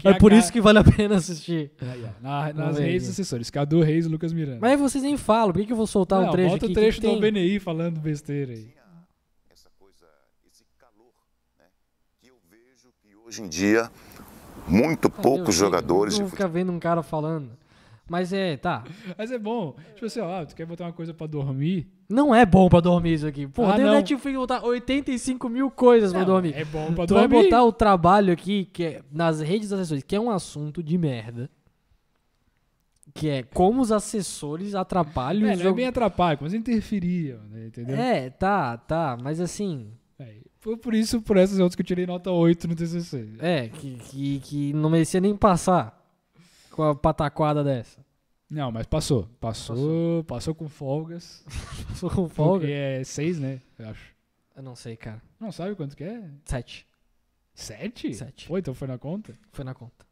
[SPEAKER 4] é
[SPEAKER 3] [laughs] é por
[SPEAKER 4] a
[SPEAKER 3] isso
[SPEAKER 4] ca-
[SPEAKER 3] que vale a pena assistir.
[SPEAKER 4] Aí, ó, na-
[SPEAKER 3] Vamos
[SPEAKER 4] nas
[SPEAKER 3] ver
[SPEAKER 4] redes
[SPEAKER 3] aqui.
[SPEAKER 4] dos assessores. Cadu Reis e Lucas Miranda.
[SPEAKER 3] Mas aí vocês nem falam, por que, que eu vou soltar
[SPEAKER 4] não,
[SPEAKER 3] um trecho
[SPEAKER 4] bota
[SPEAKER 3] aqui?
[SPEAKER 4] o trecho
[SPEAKER 3] que
[SPEAKER 4] do BNI falando besteira aí.
[SPEAKER 6] essa coisa, esse calor, né, que eu vejo que hoje em dia muito poucos jogadores de
[SPEAKER 3] Não
[SPEAKER 6] futebol
[SPEAKER 3] fica vendo um cara falando. Mas é, tá.
[SPEAKER 4] Mas é bom. Tipo assim, ó, ah, tu quer botar uma coisa pra dormir?
[SPEAKER 3] Não é bom pra dormir isso aqui. Porra,
[SPEAKER 4] Ah,
[SPEAKER 3] tem o
[SPEAKER 4] não.
[SPEAKER 3] Netflix botar 85 mil coisas pra
[SPEAKER 4] Não,
[SPEAKER 3] dormir.
[SPEAKER 4] É bom pra
[SPEAKER 3] Tu vai
[SPEAKER 4] dormir.
[SPEAKER 3] botar o trabalho aqui, que é nas redes dos assessores, que é um assunto de merda. Que é como os assessores atrapalham
[SPEAKER 4] É,
[SPEAKER 3] o
[SPEAKER 4] não é
[SPEAKER 3] jogo.
[SPEAKER 4] bem atrapalha, mas interferiam, né? Entendeu?
[SPEAKER 3] É, tá, tá, mas assim,
[SPEAKER 4] É, Foi por isso, por essas e outras que eu tirei nota 8 no TCC.
[SPEAKER 3] é, que, que, que não merecia nem passar com a pataquada dessa. [laughs]
[SPEAKER 4] Não, mas passou. Passou, passou, com folgas.
[SPEAKER 3] Passou com
[SPEAKER 4] Folga?
[SPEAKER 3] [laughs] folga?
[SPEAKER 4] Porque é 6, né? Eu acho.
[SPEAKER 3] Eu não sei, cara.
[SPEAKER 4] Não sabe quanto que é?
[SPEAKER 3] Sete.
[SPEAKER 4] 7?
[SPEAKER 3] Sete.
[SPEAKER 4] Pô, então foi na conta?
[SPEAKER 3] Foi na conta.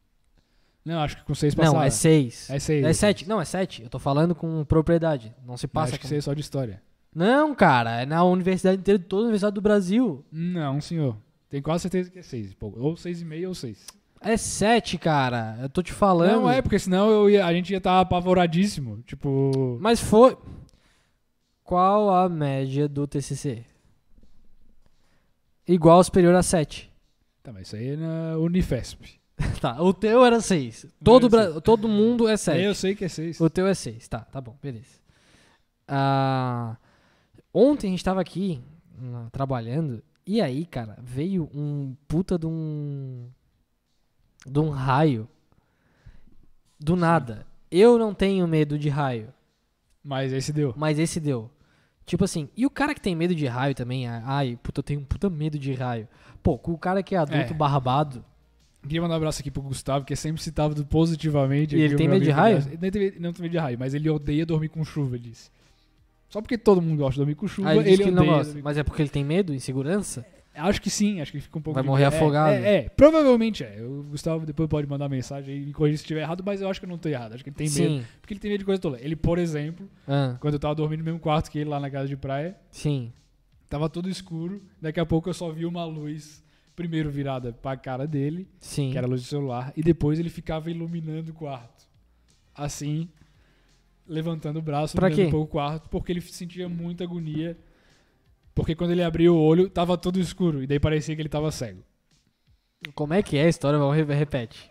[SPEAKER 4] Não, acho que com 6 passaram.
[SPEAKER 3] Não, é seis.
[SPEAKER 4] É 6.
[SPEAKER 3] É sete. Não, é sete. Eu tô falando com propriedade. Não se passa
[SPEAKER 4] Acho que
[SPEAKER 3] com...
[SPEAKER 4] 6 só de história.
[SPEAKER 3] Não, cara. É na universidade inteira de toda a universidade do Brasil.
[SPEAKER 4] Não, senhor. Tenho quase certeza que é 6. Ou 6,5 ou 6.
[SPEAKER 3] É sete, cara. Eu tô te falando.
[SPEAKER 4] Não é, porque senão eu ia- a gente ia estar apavoradíssimo. Tipo.
[SPEAKER 3] Mas foi. Qual a média do TCC? Igual ou superior a 7.
[SPEAKER 4] Tá, mas isso aí é na Unifesp.
[SPEAKER 3] [laughs] tá, o teu era 6. Todo,
[SPEAKER 4] era
[SPEAKER 3] Bra- todo mundo é
[SPEAKER 4] Eu
[SPEAKER 3] 7.
[SPEAKER 4] sei que é 6.
[SPEAKER 3] O teu é 6. Tá, tá bom, beleza. Ah, ontem a gente tava aqui hum, trabalhando. E aí, cara, veio um puta de um. de um raio. Do nada. Eu não tenho medo de raio.
[SPEAKER 4] Mas esse deu.
[SPEAKER 3] Mas esse deu. Tipo assim, e o cara que tem medo de raio também, a- ai, puta, eu tenho um puta medo de raio. Pô, com o cara que é adulto
[SPEAKER 4] É.
[SPEAKER 3] barbado,
[SPEAKER 4] Queria mandar um abraço aqui pro Gustavo, que é sempre citado positivamente.
[SPEAKER 3] E
[SPEAKER 4] aqui
[SPEAKER 3] ele
[SPEAKER 4] o
[SPEAKER 3] tem
[SPEAKER 4] meu
[SPEAKER 3] medo de
[SPEAKER 4] amigo
[SPEAKER 3] raio?
[SPEAKER 4] Gustavo. Ele não tem, não tem medo de raio, mas ele odeia dormir com chuva, ele disse. Só porque todo mundo gosta de dormir com chuva,
[SPEAKER 3] aí Ah, ele,
[SPEAKER 4] ele,
[SPEAKER 3] diz
[SPEAKER 4] um
[SPEAKER 3] que ele
[SPEAKER 4] odeia.
[SPEAKER 3] não gosta.
[SPEAKER 4] dormir com-
[SPEAKER 3] Mas é porque ele tem medo, insegurança?
[SPEAKER 4] Acho que sim, acho que ele fica um pouco.
[SPEAKER 3] Vai
[SPEAKER 4] de-
[SPEAKER 3] morrer
[SPEAKER 4] é,
[SPEAKER 3] afogado.
[SPEAKER 4] É, é, provavelmente é. O Gustavo depois pode mandar mensagem e me corrigir se estiver errado, mas eu acho que eu não tô errado. Acho que ele tem medo.
[SPEAKER 3] sim.
[SPEAKER 4] Porque ele tem medo de coisa tola. Ele, por exemplo,
[SPEAKER 3] Ah,
[SPEAKER 4] quando eu tava dormindo no mesmo quarto que ele lá na casa de praia,
[SPEAKER 3] sim.
[SPEAKER 4] Tava tudo escuro. Daqui a pouco eu só vi uma luz, primeiro virada pra cara dele,
[SPEAKER 3] Sim.
[SPEAKER 4] que era a luz do celular, e depois ele ficava iluminando o quarto. Assim, levantando o braço,
[SPEAKER 3] Pra
[SPEAKER 4] iluminando
[SPEAKER 3] quê?
[SPEAKER 4] um pouco o quarto, porque ele sentia muita agonia. Porque quando ele abriu o olho, tava tudo escuro, e daí parecia que ele tava cego.
[SPEAKER 3] Como é que é a história? Vamos re- repete.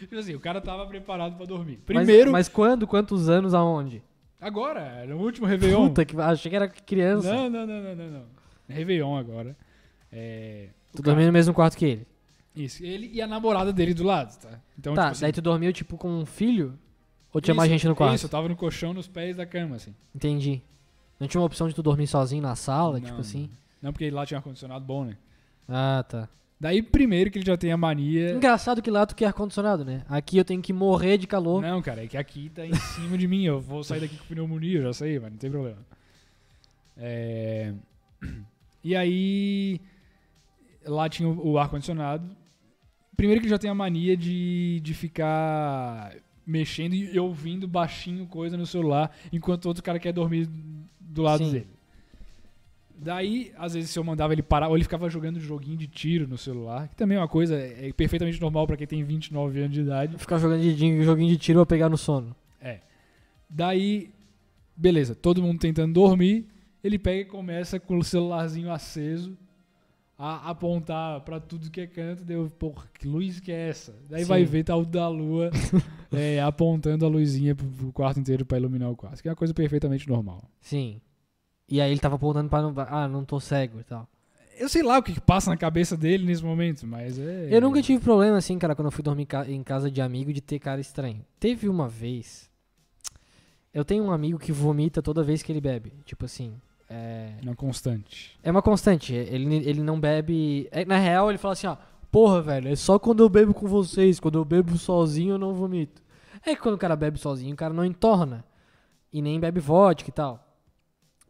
[SPEAKER 4] Tipo assim, o cara tava preparado pra dormir.
[SPEAKER 3] Mas-
[SPEAKER 4] Primeiro,
[SPEAKER 3] Mas, quando? Quantos anos? Aonde?
[SPEAKER 4] agora, no último Réveillon.
[SPEAKER 3] Puta que. Achei que era criança.
[SPEAKER 4] não, não, não, não, não, não. Réveillon agora. É. o
[SPEAKER 3] tu
[SPEAKER 4] cara-
[SPEAKER 3] dormia no mesmo quarto que ele.
[SPEAKER 4] Isso, ele e a namorada dele do lado, tá? Então,
[SPEAKER 3] tá,
[SPEAKER 4] É tipo assim,
[SPEAKER 3] daí tu dormiu tipo com um filho? Ou tinha
[SPEAKER 4] Isso,
[SPEAKER 3] mais gente no quarto?
[SPEAKER 4] Isso, tá. eu tava no colchão nos pés da cama, assim.
[SPEAKER 3] Entendi. Não tinha uma opção de tu dormir sozinho na sala, tipo
[SPEAKER 4] Não,
[SPEAKER 3] assim?
[SPEAKER 4] Não porque lá tinha ar-condicionado bom, né?
[SPEAKER 3] Ah, tá.
[SPEAKER 4] Daí, primeiro que ele já tem a mania.
[SPEAKER 3] Engraçado que lá tu quer ar-condicionado, né? Aqui eu tenho que morrer de calor.
[SPEAKER 4] Não, cara, é que aqui tá em cima de mim. Eu vou sair daqui com pneumonia, eu já sei, mas não tem problema. É... E aí. Lá tinha o o ar-condicionado. Primeiro que ele já tem a mania de, de ficar mexendo e ouvindo baixinho coisa no celular enquanto outro cara quer dormir do lado
[SPEAKER 3] Sim.
[SPEAKER 4] dele. Daí, às vezes, se eu mandava ele parar, ou ele ficava jogando joguinho de tiro no celular, que também é uma coisa é perfeitamente normal pra quem tem 29 anos de idade.
[SPEAKER 3] Ficar jogando de, de- joguinho de tiro pra pegar no sono.
[SPEAKER 4] Daí, beleza, todo mundo tentando dormir. Ele pega e começa com o celularzinho aceso a apontar pra tudo que é canto. Deu, porra, que luz que é essa? Daí
[SPEAKER 3] Sim.
[SPEAKER 4] vai ver tal da lua
[SPEAKER 3] [laughs]
[SPEAKER 4] é, apontando a luzinha pro, pro quarto inteiro pra iluminar o quarto. Que é uma coisa perfeitamente normal.
[SPEAKER 3] Sim. E aí ele tava apontando pra não. Ah, não tô cego e tal.
[SPEAKER 4] Eu sei lá o que, que passa na cabeça dele nesse momento, mas é.
[SPEAKER 3] Eu nunca tive problema assim, cara, quando eu fui dormir em ca- em casa de amigo de ter cara estranho. Teve uma vez. Eu tenho um amigo que vomita toda vez que ele bebe. Tipo assim. É,
[SPEAKER 4] Não constante.
[SPEAKER 3] é uma constante. Ele, ele não bebe. é, na real, ele fala assim, ó. Porra, velho, é só quando eu bebo com vocês. Quando eu bebo sozinho, eu não vomito. É que quando o cara bebe sozinho, o cara não entorna. E nem bebe vodka e tal.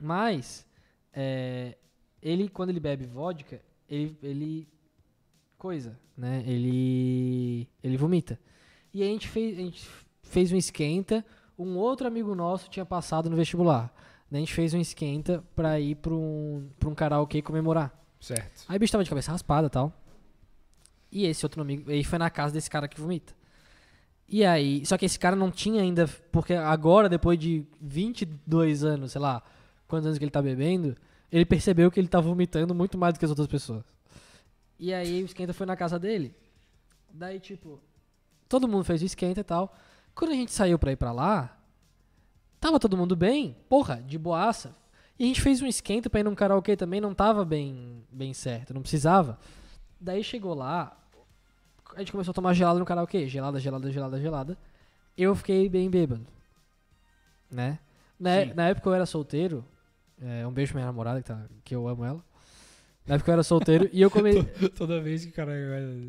[SPEAKER 3] Mas, é, ele, quando ele bebe vodka, ele, ele. Coisa, né? Ele. Ele vomita. E a gente fez, a gente fez um esquenta. Um outro amigo nosso tinha passado no vestibular. Daí a gente fez um esquenta pra ir pra um, pra um karaokê comemorar.
[SPEAKER 4] Certo.
[SPEAKER 3] Aí o bicho tava de cabeça raspada e tal. E esse outro amigo. Aí foi na casa desse cara que vomita. E aí. Só que esse cara não tinha ainda. Porque agora, depois de 22 anos, sei lá, quantos anos que ele tá bebendo, ele percebeu que ele tá vomitando muito mais do que as outras pessoas. E aí o esquenta foi na casa dele. Daí, tipo. Todo mundo fez o esquenta e tal. Quando a gente saiu pra ir pra lá, tava todo mundo bem, porra, de boaça. E a gente fez um esquenta pra ir num karaokê também, não tava bem, bem certo, não precisava. Daí chegou lá, a gente começou a tomar gelada no karaokê, gelada, gelada, gelada, gelada. Eu fiquei bem bêbado, né? Na, na época eu era solteiro, é, um beijo pra minha namorada, que, tá, que eu amo ela. Na época eu era solteiro e eu
[SPEAKER 4] [laughs]
[SPEAKER 3] comecei...
[SPEAKER 4] Toda vez que o cara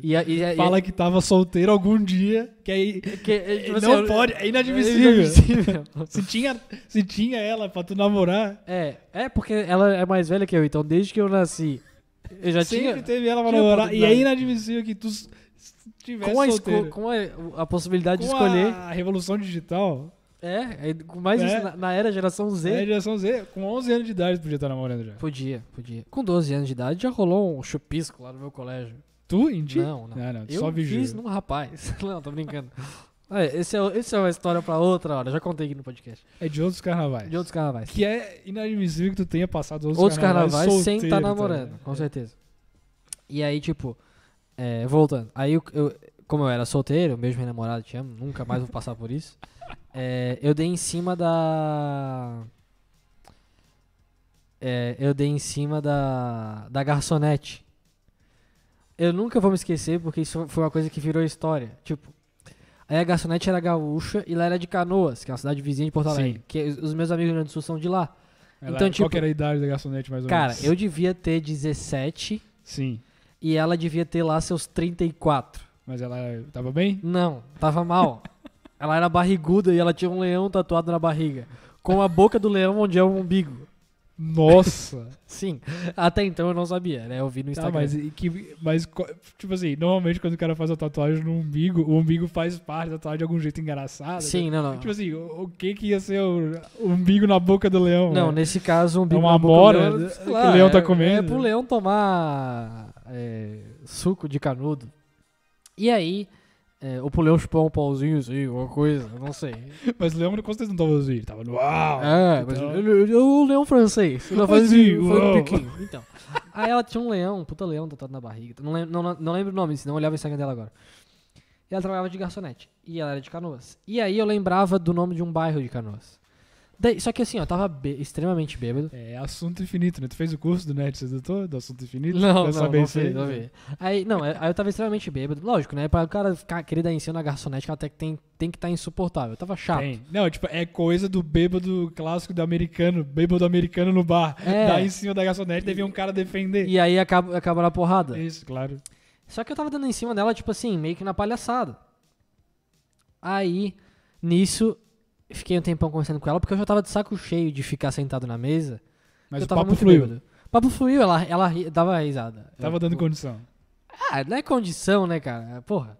[SPEAKER 3] E, a- e, a- Ah, é. e,
[SPEAKER 4] fala que tava solteiro algum dia, que aí
[SPEAKER 3] que, é, tipo assim,
[SPEAKER 4] não
[SPEAKER 3] eu-
[SPEAKER 4] pode, é
[SPEAKER 3] [laughs] é
[SPEAKER 4] inadmissível.
[SPEAKER 3] inadmissível.
[SPEAKER 4] Se tinha, se tinha ela pra tu namorar,
[SPEAKER 3] É, é porque ela é mais velha que eu, então desde que eu nasci, eu já
[SPEAKER 4] sempre
[SPEAKER 3] tinha
[SPEAKER 4] teve ela pra
[SPEAKER 3] tinha
[SPEAKER 4] namorar. E é
[SPEAKER 3] oportunidade.
[SPEAKER 4] inadmissível que tu s- tivesse
[SPEAKER 3] com a, esco-
[SPEAKER 4] solteiro.
[SPEAKER 3] com a, a possibilidade de
[SPEAKER 4] Com
[SPEAKER 3] escolher.
[SPEAKER 4] a revolução digital,
[SPEAKER 3] É, é, com mais
[SPEAKER 4] É.
[SPEAKER 3] isso na, na era geração Z.
[SPEAKER 4] é a geração Z, com 11 anos de idade tu podia estar namorando já.
[SPEAKER 3] Podia, podia. Com 12 anos de idade já rolou um chupisco lá no meu colégio.
[SPEAKER 4] Tu, Indy?
[SPEAKER 3] Não, não.
[SPEAKER 4] Ah, não, tu
[SPEAKER 3] eu
[SPEAKER 4] só vigiou.
[SPEAKER 3] fiz num rapaz. [laughs] Não, tô brincando. É, esse é, o- esse é uma história pra outra hora. Já contei aqui no podcast.
[SPEAKER 4] É de outros carnavais.
[SPEAKER 3] De outros carnavais.
[SPEAKER 4] Que é inadmissível que tu tenha passado outros,
[SPEAKER 3] outros carnavais, sem
[SPEAKER 4] solteiro,
[SPEAKER 3] estar
[SPEAKER 4] tá
[SPEAKER 3] namorando,
[SPEAKER 4] ligado?
[SPEAKER 3] com certeza. E aí, tipo, é, voltando. Aí, eu, eu- como eu era solteiro, mesmo minha namorada, te amo, nunca mais vou passar por isso. [laughs] É, eu dei em cima da. É, eu dei em cima da, da garçonete. Eu nunca vou me esquecer porque isso foi uma coisa que virou história. Tipo, aí a garçonete era gaúcha e lá era de Canoas, que é uma cidade vizinha de Porto
[SPEAKER 4] Sim.
[SPEAKER 3] Alegre. Que os os meus amigos do Rio Grande do Sul são de lá.
[SPEAKER 4] Ela-
[SPEAKER 3] Então,
[SPEAKER 4] Qual
[SPEAKER 3] tipo-
[SPEAKER 4] que era a idade da garçonete, mais ou
[SPEAKER 3] Cara,
[SPEAKER 4] menos?
[SPEAKER 3] eu devia ter 17
[SPEAKER 4] Sim,
[SPEAKER 3] e ela devia ter lá seus 34.
[SPEAKER 4] mas ela tava bem?
[SPEAKER 3] Não, tava
[SPEAKER 4] [laughs]
[SPEAKER 3] mal. ela era barriguda e ela tinha um leão tatuado na barriga. Com a boca do leão onde é o umbigo.
[SPEAKER 4] Nossa!
[SPEAKER 3] Sim, até então eu não sabia, né? Eu vi no
[SPEAKER 4] Tá,
[SPEAKER 3] Instagram.
[SPEAKER 4] mas, e que, mas, co- tipo assim, normalmente quando o cara faz a tatuagem no umbigo, o umbigo faz parte da tatuagem de algum jeito engraçado.
[SPEAKER 3] Sim, não, não.
[SPEAKER 4] Tipo assim, o, o que que ia ser o, o umbigo na boca do leão?
[SPEAKER 3] Não,
[SPEAKER 4] né?
[SPEAKER 3] nesse caso, um bico
[SPEAKER 4] uma
[SPEAKER 3] na boca do
[SPEAKER 4] amora
[SPEAKER 3] leão, sei
[SPEAKER 4] que
[SPEAKER 3] lá,
[SPEAKER 4] o leão tá
[SPEAKER 3] é- É
[SPEAKER 4] comendo.
[SPEAKER 3] pro leão tomar é, suco de canudo. E aí, é, ou pro leão chupar um pauzinho, assim, alguma coisa, eu não sei.
[SPEAKER 4] Mas o leão com certeza não tava assim, ele tava no uau.
[SPEAKER 3] É, mas
[SPEAKER 4] Então-
[SPEAKER 3] ele- ele é o leão
[SPEAKER 4] [laughs]
[SPEAKER 3] francês. Ela faz
[SPEAKER 4] Assim,
[SPEAKER 3] assim, foi
[SPEAKER 4] uau.
[SPEAKER 3] um piquinho. Então. Aí ela tinha um leão, um puta leão tatuado na barriga. Não lembro, não, não lembro o nome, senão eu olhava o Instagram dela agora. E ela trabalhava de garçonete. E ela era de canoas. E aí eu lembrava do nome de um bairro de canoas. Daí- só que assim, ó, tava bê- extremamente bêbado.
[SPEAKER 4] É assunto infinito, né? Tu fez o curso do Nerd Sedutor, do assunto
[SPEAKER 3] [laughs]
[SPEAKER 4] infinito?
[SPEAKER 3] Não, não,
[SPEAKER 4] Dessa
[SPEAKER 3] não,
[SPEAKER 4] vez
[SPEAKER 3] fez,
[SPEAKER 4] fez,
[SPEAKER 3] não
[SPEAKER 4] né?
[SPEAKER 3] fez. Aí, não, é, aí eu tava extremamente bêbado. Lógico, né? Pra o cara ficar, querer dar em cima na garçonete, que até que tem, tem que estar insuportável. Eu tava chato.
[SPEAKER 4] Tem. Não, tipo, é coisa do bêbado clássico do americano, bêbado americano no bar.
[SPEAKER 3] É.
[SPEAKER 4] Daí em cima da garçonete devia um cara defender.
[SPEAKER 3] E aí acaba, acaba na porrada.
[SPEAKER 4] Isso, claro.
[SPEAKER 3] Só que eu tava dando em cima dela, tipo assim, meio que na palhaçada. Aí, nisso, fiquei um tempão conversando com ela, porque eu já tava de saco cheio de ficar sentado na mesa.
[SPEAKER 4] Mas
[SPEAKER 3] eu
[SPEAKER 4] o
[SPEAKER 3] tava
[SPEAKER 4] papo
[SPEAKER 3] muito
[SPEAKER 4] fluiu.
[SPEAKER 3] bêbado. O papo fluiu, ela, ela ri- dava risada.
[SPEAKER 4] Tava
[SPEAKER 3] Eu-
[SPEAKER 4] dando condição.
[SPEAKER 3] Ah, não é condição, né, cara? Porra.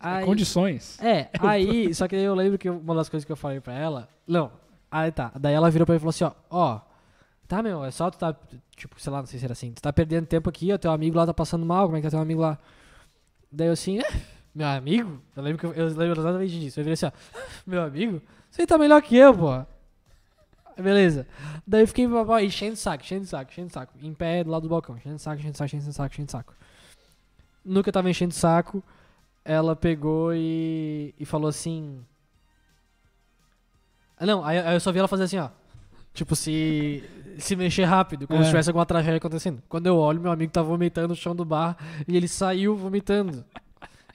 [SPEAKER 4] É
[SPEAKER 3] Aí-
[SPEAKER 4] Condições.
[SPEAKER 3] é, aí, só que daí eu lembro que uma das coisas que eu falei pra ela. Não, aí tá. Daí ela virou pra mim e falou assim: ó, ó, tá, meu, é só tu tá, tipo, sei lá, não sei se era assim, tu tá perdendo tempo aqui, ó, teu amigo lá tá passando mal, como é que tá teu amigo lá? Daí eu assim, é, meu amigo? Eu lembro que eu, eu lembro exatamente disso. Eu virei assim, ó, meu amigo? Você tá melhor que eu, pô. Beleza. Daí eu fiquei babá, enchendo o saco, enchendo o saco, enchendo o saco. Em pé do lado do balcão, enchendo o saco, enchendo o saco, enchendo o saco, enchendo o saco. No que eu tava enchendo o saco, ela pegou e, e falou assim. Ah, Não, aí, aí eu só vi ela fazer assim, ó. Tipo, se, se mexer rápido, como
[SPEAKER 4] É.
[SPEAKER 3] se tivesse alguma tragédia acontecendo. Quando eu olho, meu amigo tá vomitando no chão do bar e ele saiu vomitando.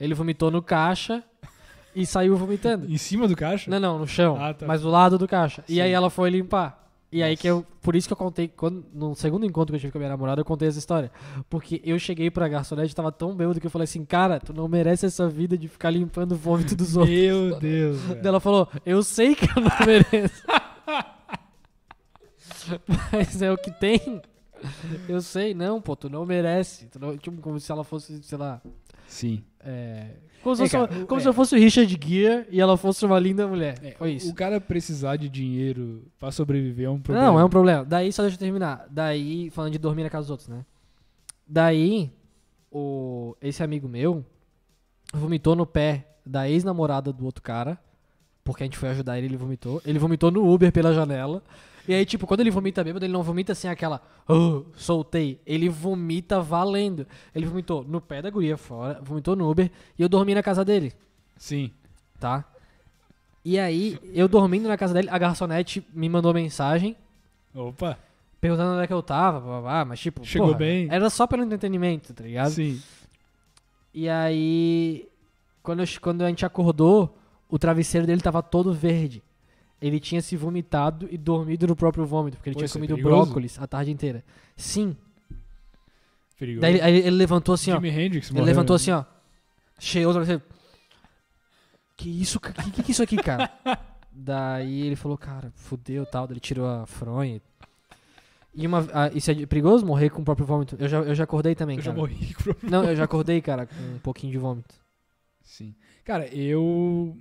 [SPEAKER 3] Ele vomitou no caixa e saiu vomitando.
[SPEAKER 4] Em cima do caixa?
[SPEAKER 3] Não, não, no chão.
[SPEAKER 4] Ah, tá.
[SPEAKER 3] Mas do lado do caixa.
[SPEAKER 4] Sim.
[SPEAKER 3] E aí ela foi limpar. E aí que eu. Por isso que eu contei. Quando, no segundo encontro que eu tive com a minha namorada, eu contei essa história. Porque eu cheguei pra garçonete e tava tão bêbado que eu falei assim, cara, tu não merece essa vida de ficar limpando o vômito
[SPEAKER 4] [laughs]
[SPEAKER 3] dos outros.
[SPEAKER 4] Meu Deus. velho.
[SPEAKER 3] Daí Ela falou, eu sei que eu
[SPEAKER 4] [laughs]
[SPEAKER 3] não mereço. Mas é o que tem. Eu sei, não, pô, tu não merece. Tu não- tipo, como se ela fosse, sei lá.
[SPEAKER 4] Sim.
[SPEAKER 3] é, como se,
[SPEAKER 4] É,
[SPEAKER 3] fosse
[SPEAKER 4] cara,
[SPEAKER 3] uma-
[SPEAKER 4] o-
[SPEAKER 3] como se
[SPEAKER 4] é.
[SPEAKER 3] eu fosse o Richard Gere e ela fosse uma linda mulher.
[SPEAKER 4] É,
[SPEAKER 3] Foi isso.
[SPEAKER 4] O cara precisar de dinheiro pra sobreviver é um problema.
[SPEAKER 3] Não, é um problema. Daí, só deixa eu terminar. Daí, falando de dormir na casa dos outros, né? Daí, o, esse amigo meu vomitou no pé da ex-namorada do outro cara. Porque a gente foi ajudar ele, ele vomitou. Ele vomitou no Uber pela janela. E aí, tipo, quando ele vomita bêbado, ele não vomita assim aquela, "Oh, soltei. Ele vomita valendo. Ele vomitou no pé da guria fora, vomitou no Uber e eu dormi na casa dele
[SPEAKER 4] Sim.
[SPEAKER 3] tá? E aí, eu dormindo na casa dele, a garçonete me mandou mensagem
[SPEAKER 4] Opa,
[SPEAKER 3] perguntando onde é que eu tava, blá, blá, blá, mas tipo,
[SPEAKER 4] Chegou
[SPEAKER 3] porra,
[SPEAKER 4] bem.
[SPEAKER 3] Era só pelo entretenimento, tá ligado?
[SPEAKER 4] sim.
[SPEAKER 3] E aí, quando, eu- quando a gente acordou, o travesseiro dele tava todo verde. Ele tinha se vomitado e dormido no próprio vômito, porque ele
[SPEAKER 4] Pô,
[SPEAKER 3] tinha
[SPEAKER 4] isso é
[SPEAKER 3] comido
[SPEAKER 4] perigoso.
[SPEAKER 3] brócolis a tarde inteira. Sim.
[SPEAKER 4] Perigoso.
[SPEAKER 3] Daí ele- aí ele levantou assim, ó.
[SPEAKER 4] Jimi Hendrix
[SPEAKER 3] Ele
[SPEAKER 4] morreu,
[SPEAKER 3] levantou
[SPEAKER 4] né?
[SPEAKER 3] assim, ó. Cheirou o travesseiro. Que isso? ca- Que, que, que é isso aqui,
[SPEAKER 4] [laughs]
[SPEAKER 3] cara? Daí ele falou, cara, fudeu tal. Daí ele tirou a fronha. E uma, ah, isso é de- perigoso? Morrer com o próprio vômito? Eu já, eu já acordei também,
[SPEAKER 4] Eu já
[SPEAKER 3] cara.
[SPEAKER 4] morri. [laughs] com-
[SPEAKER 3] Não, eu já acordei, cara, com um pouquinho de vômito.
[SPEAKER 4] Sim. Cara, eu.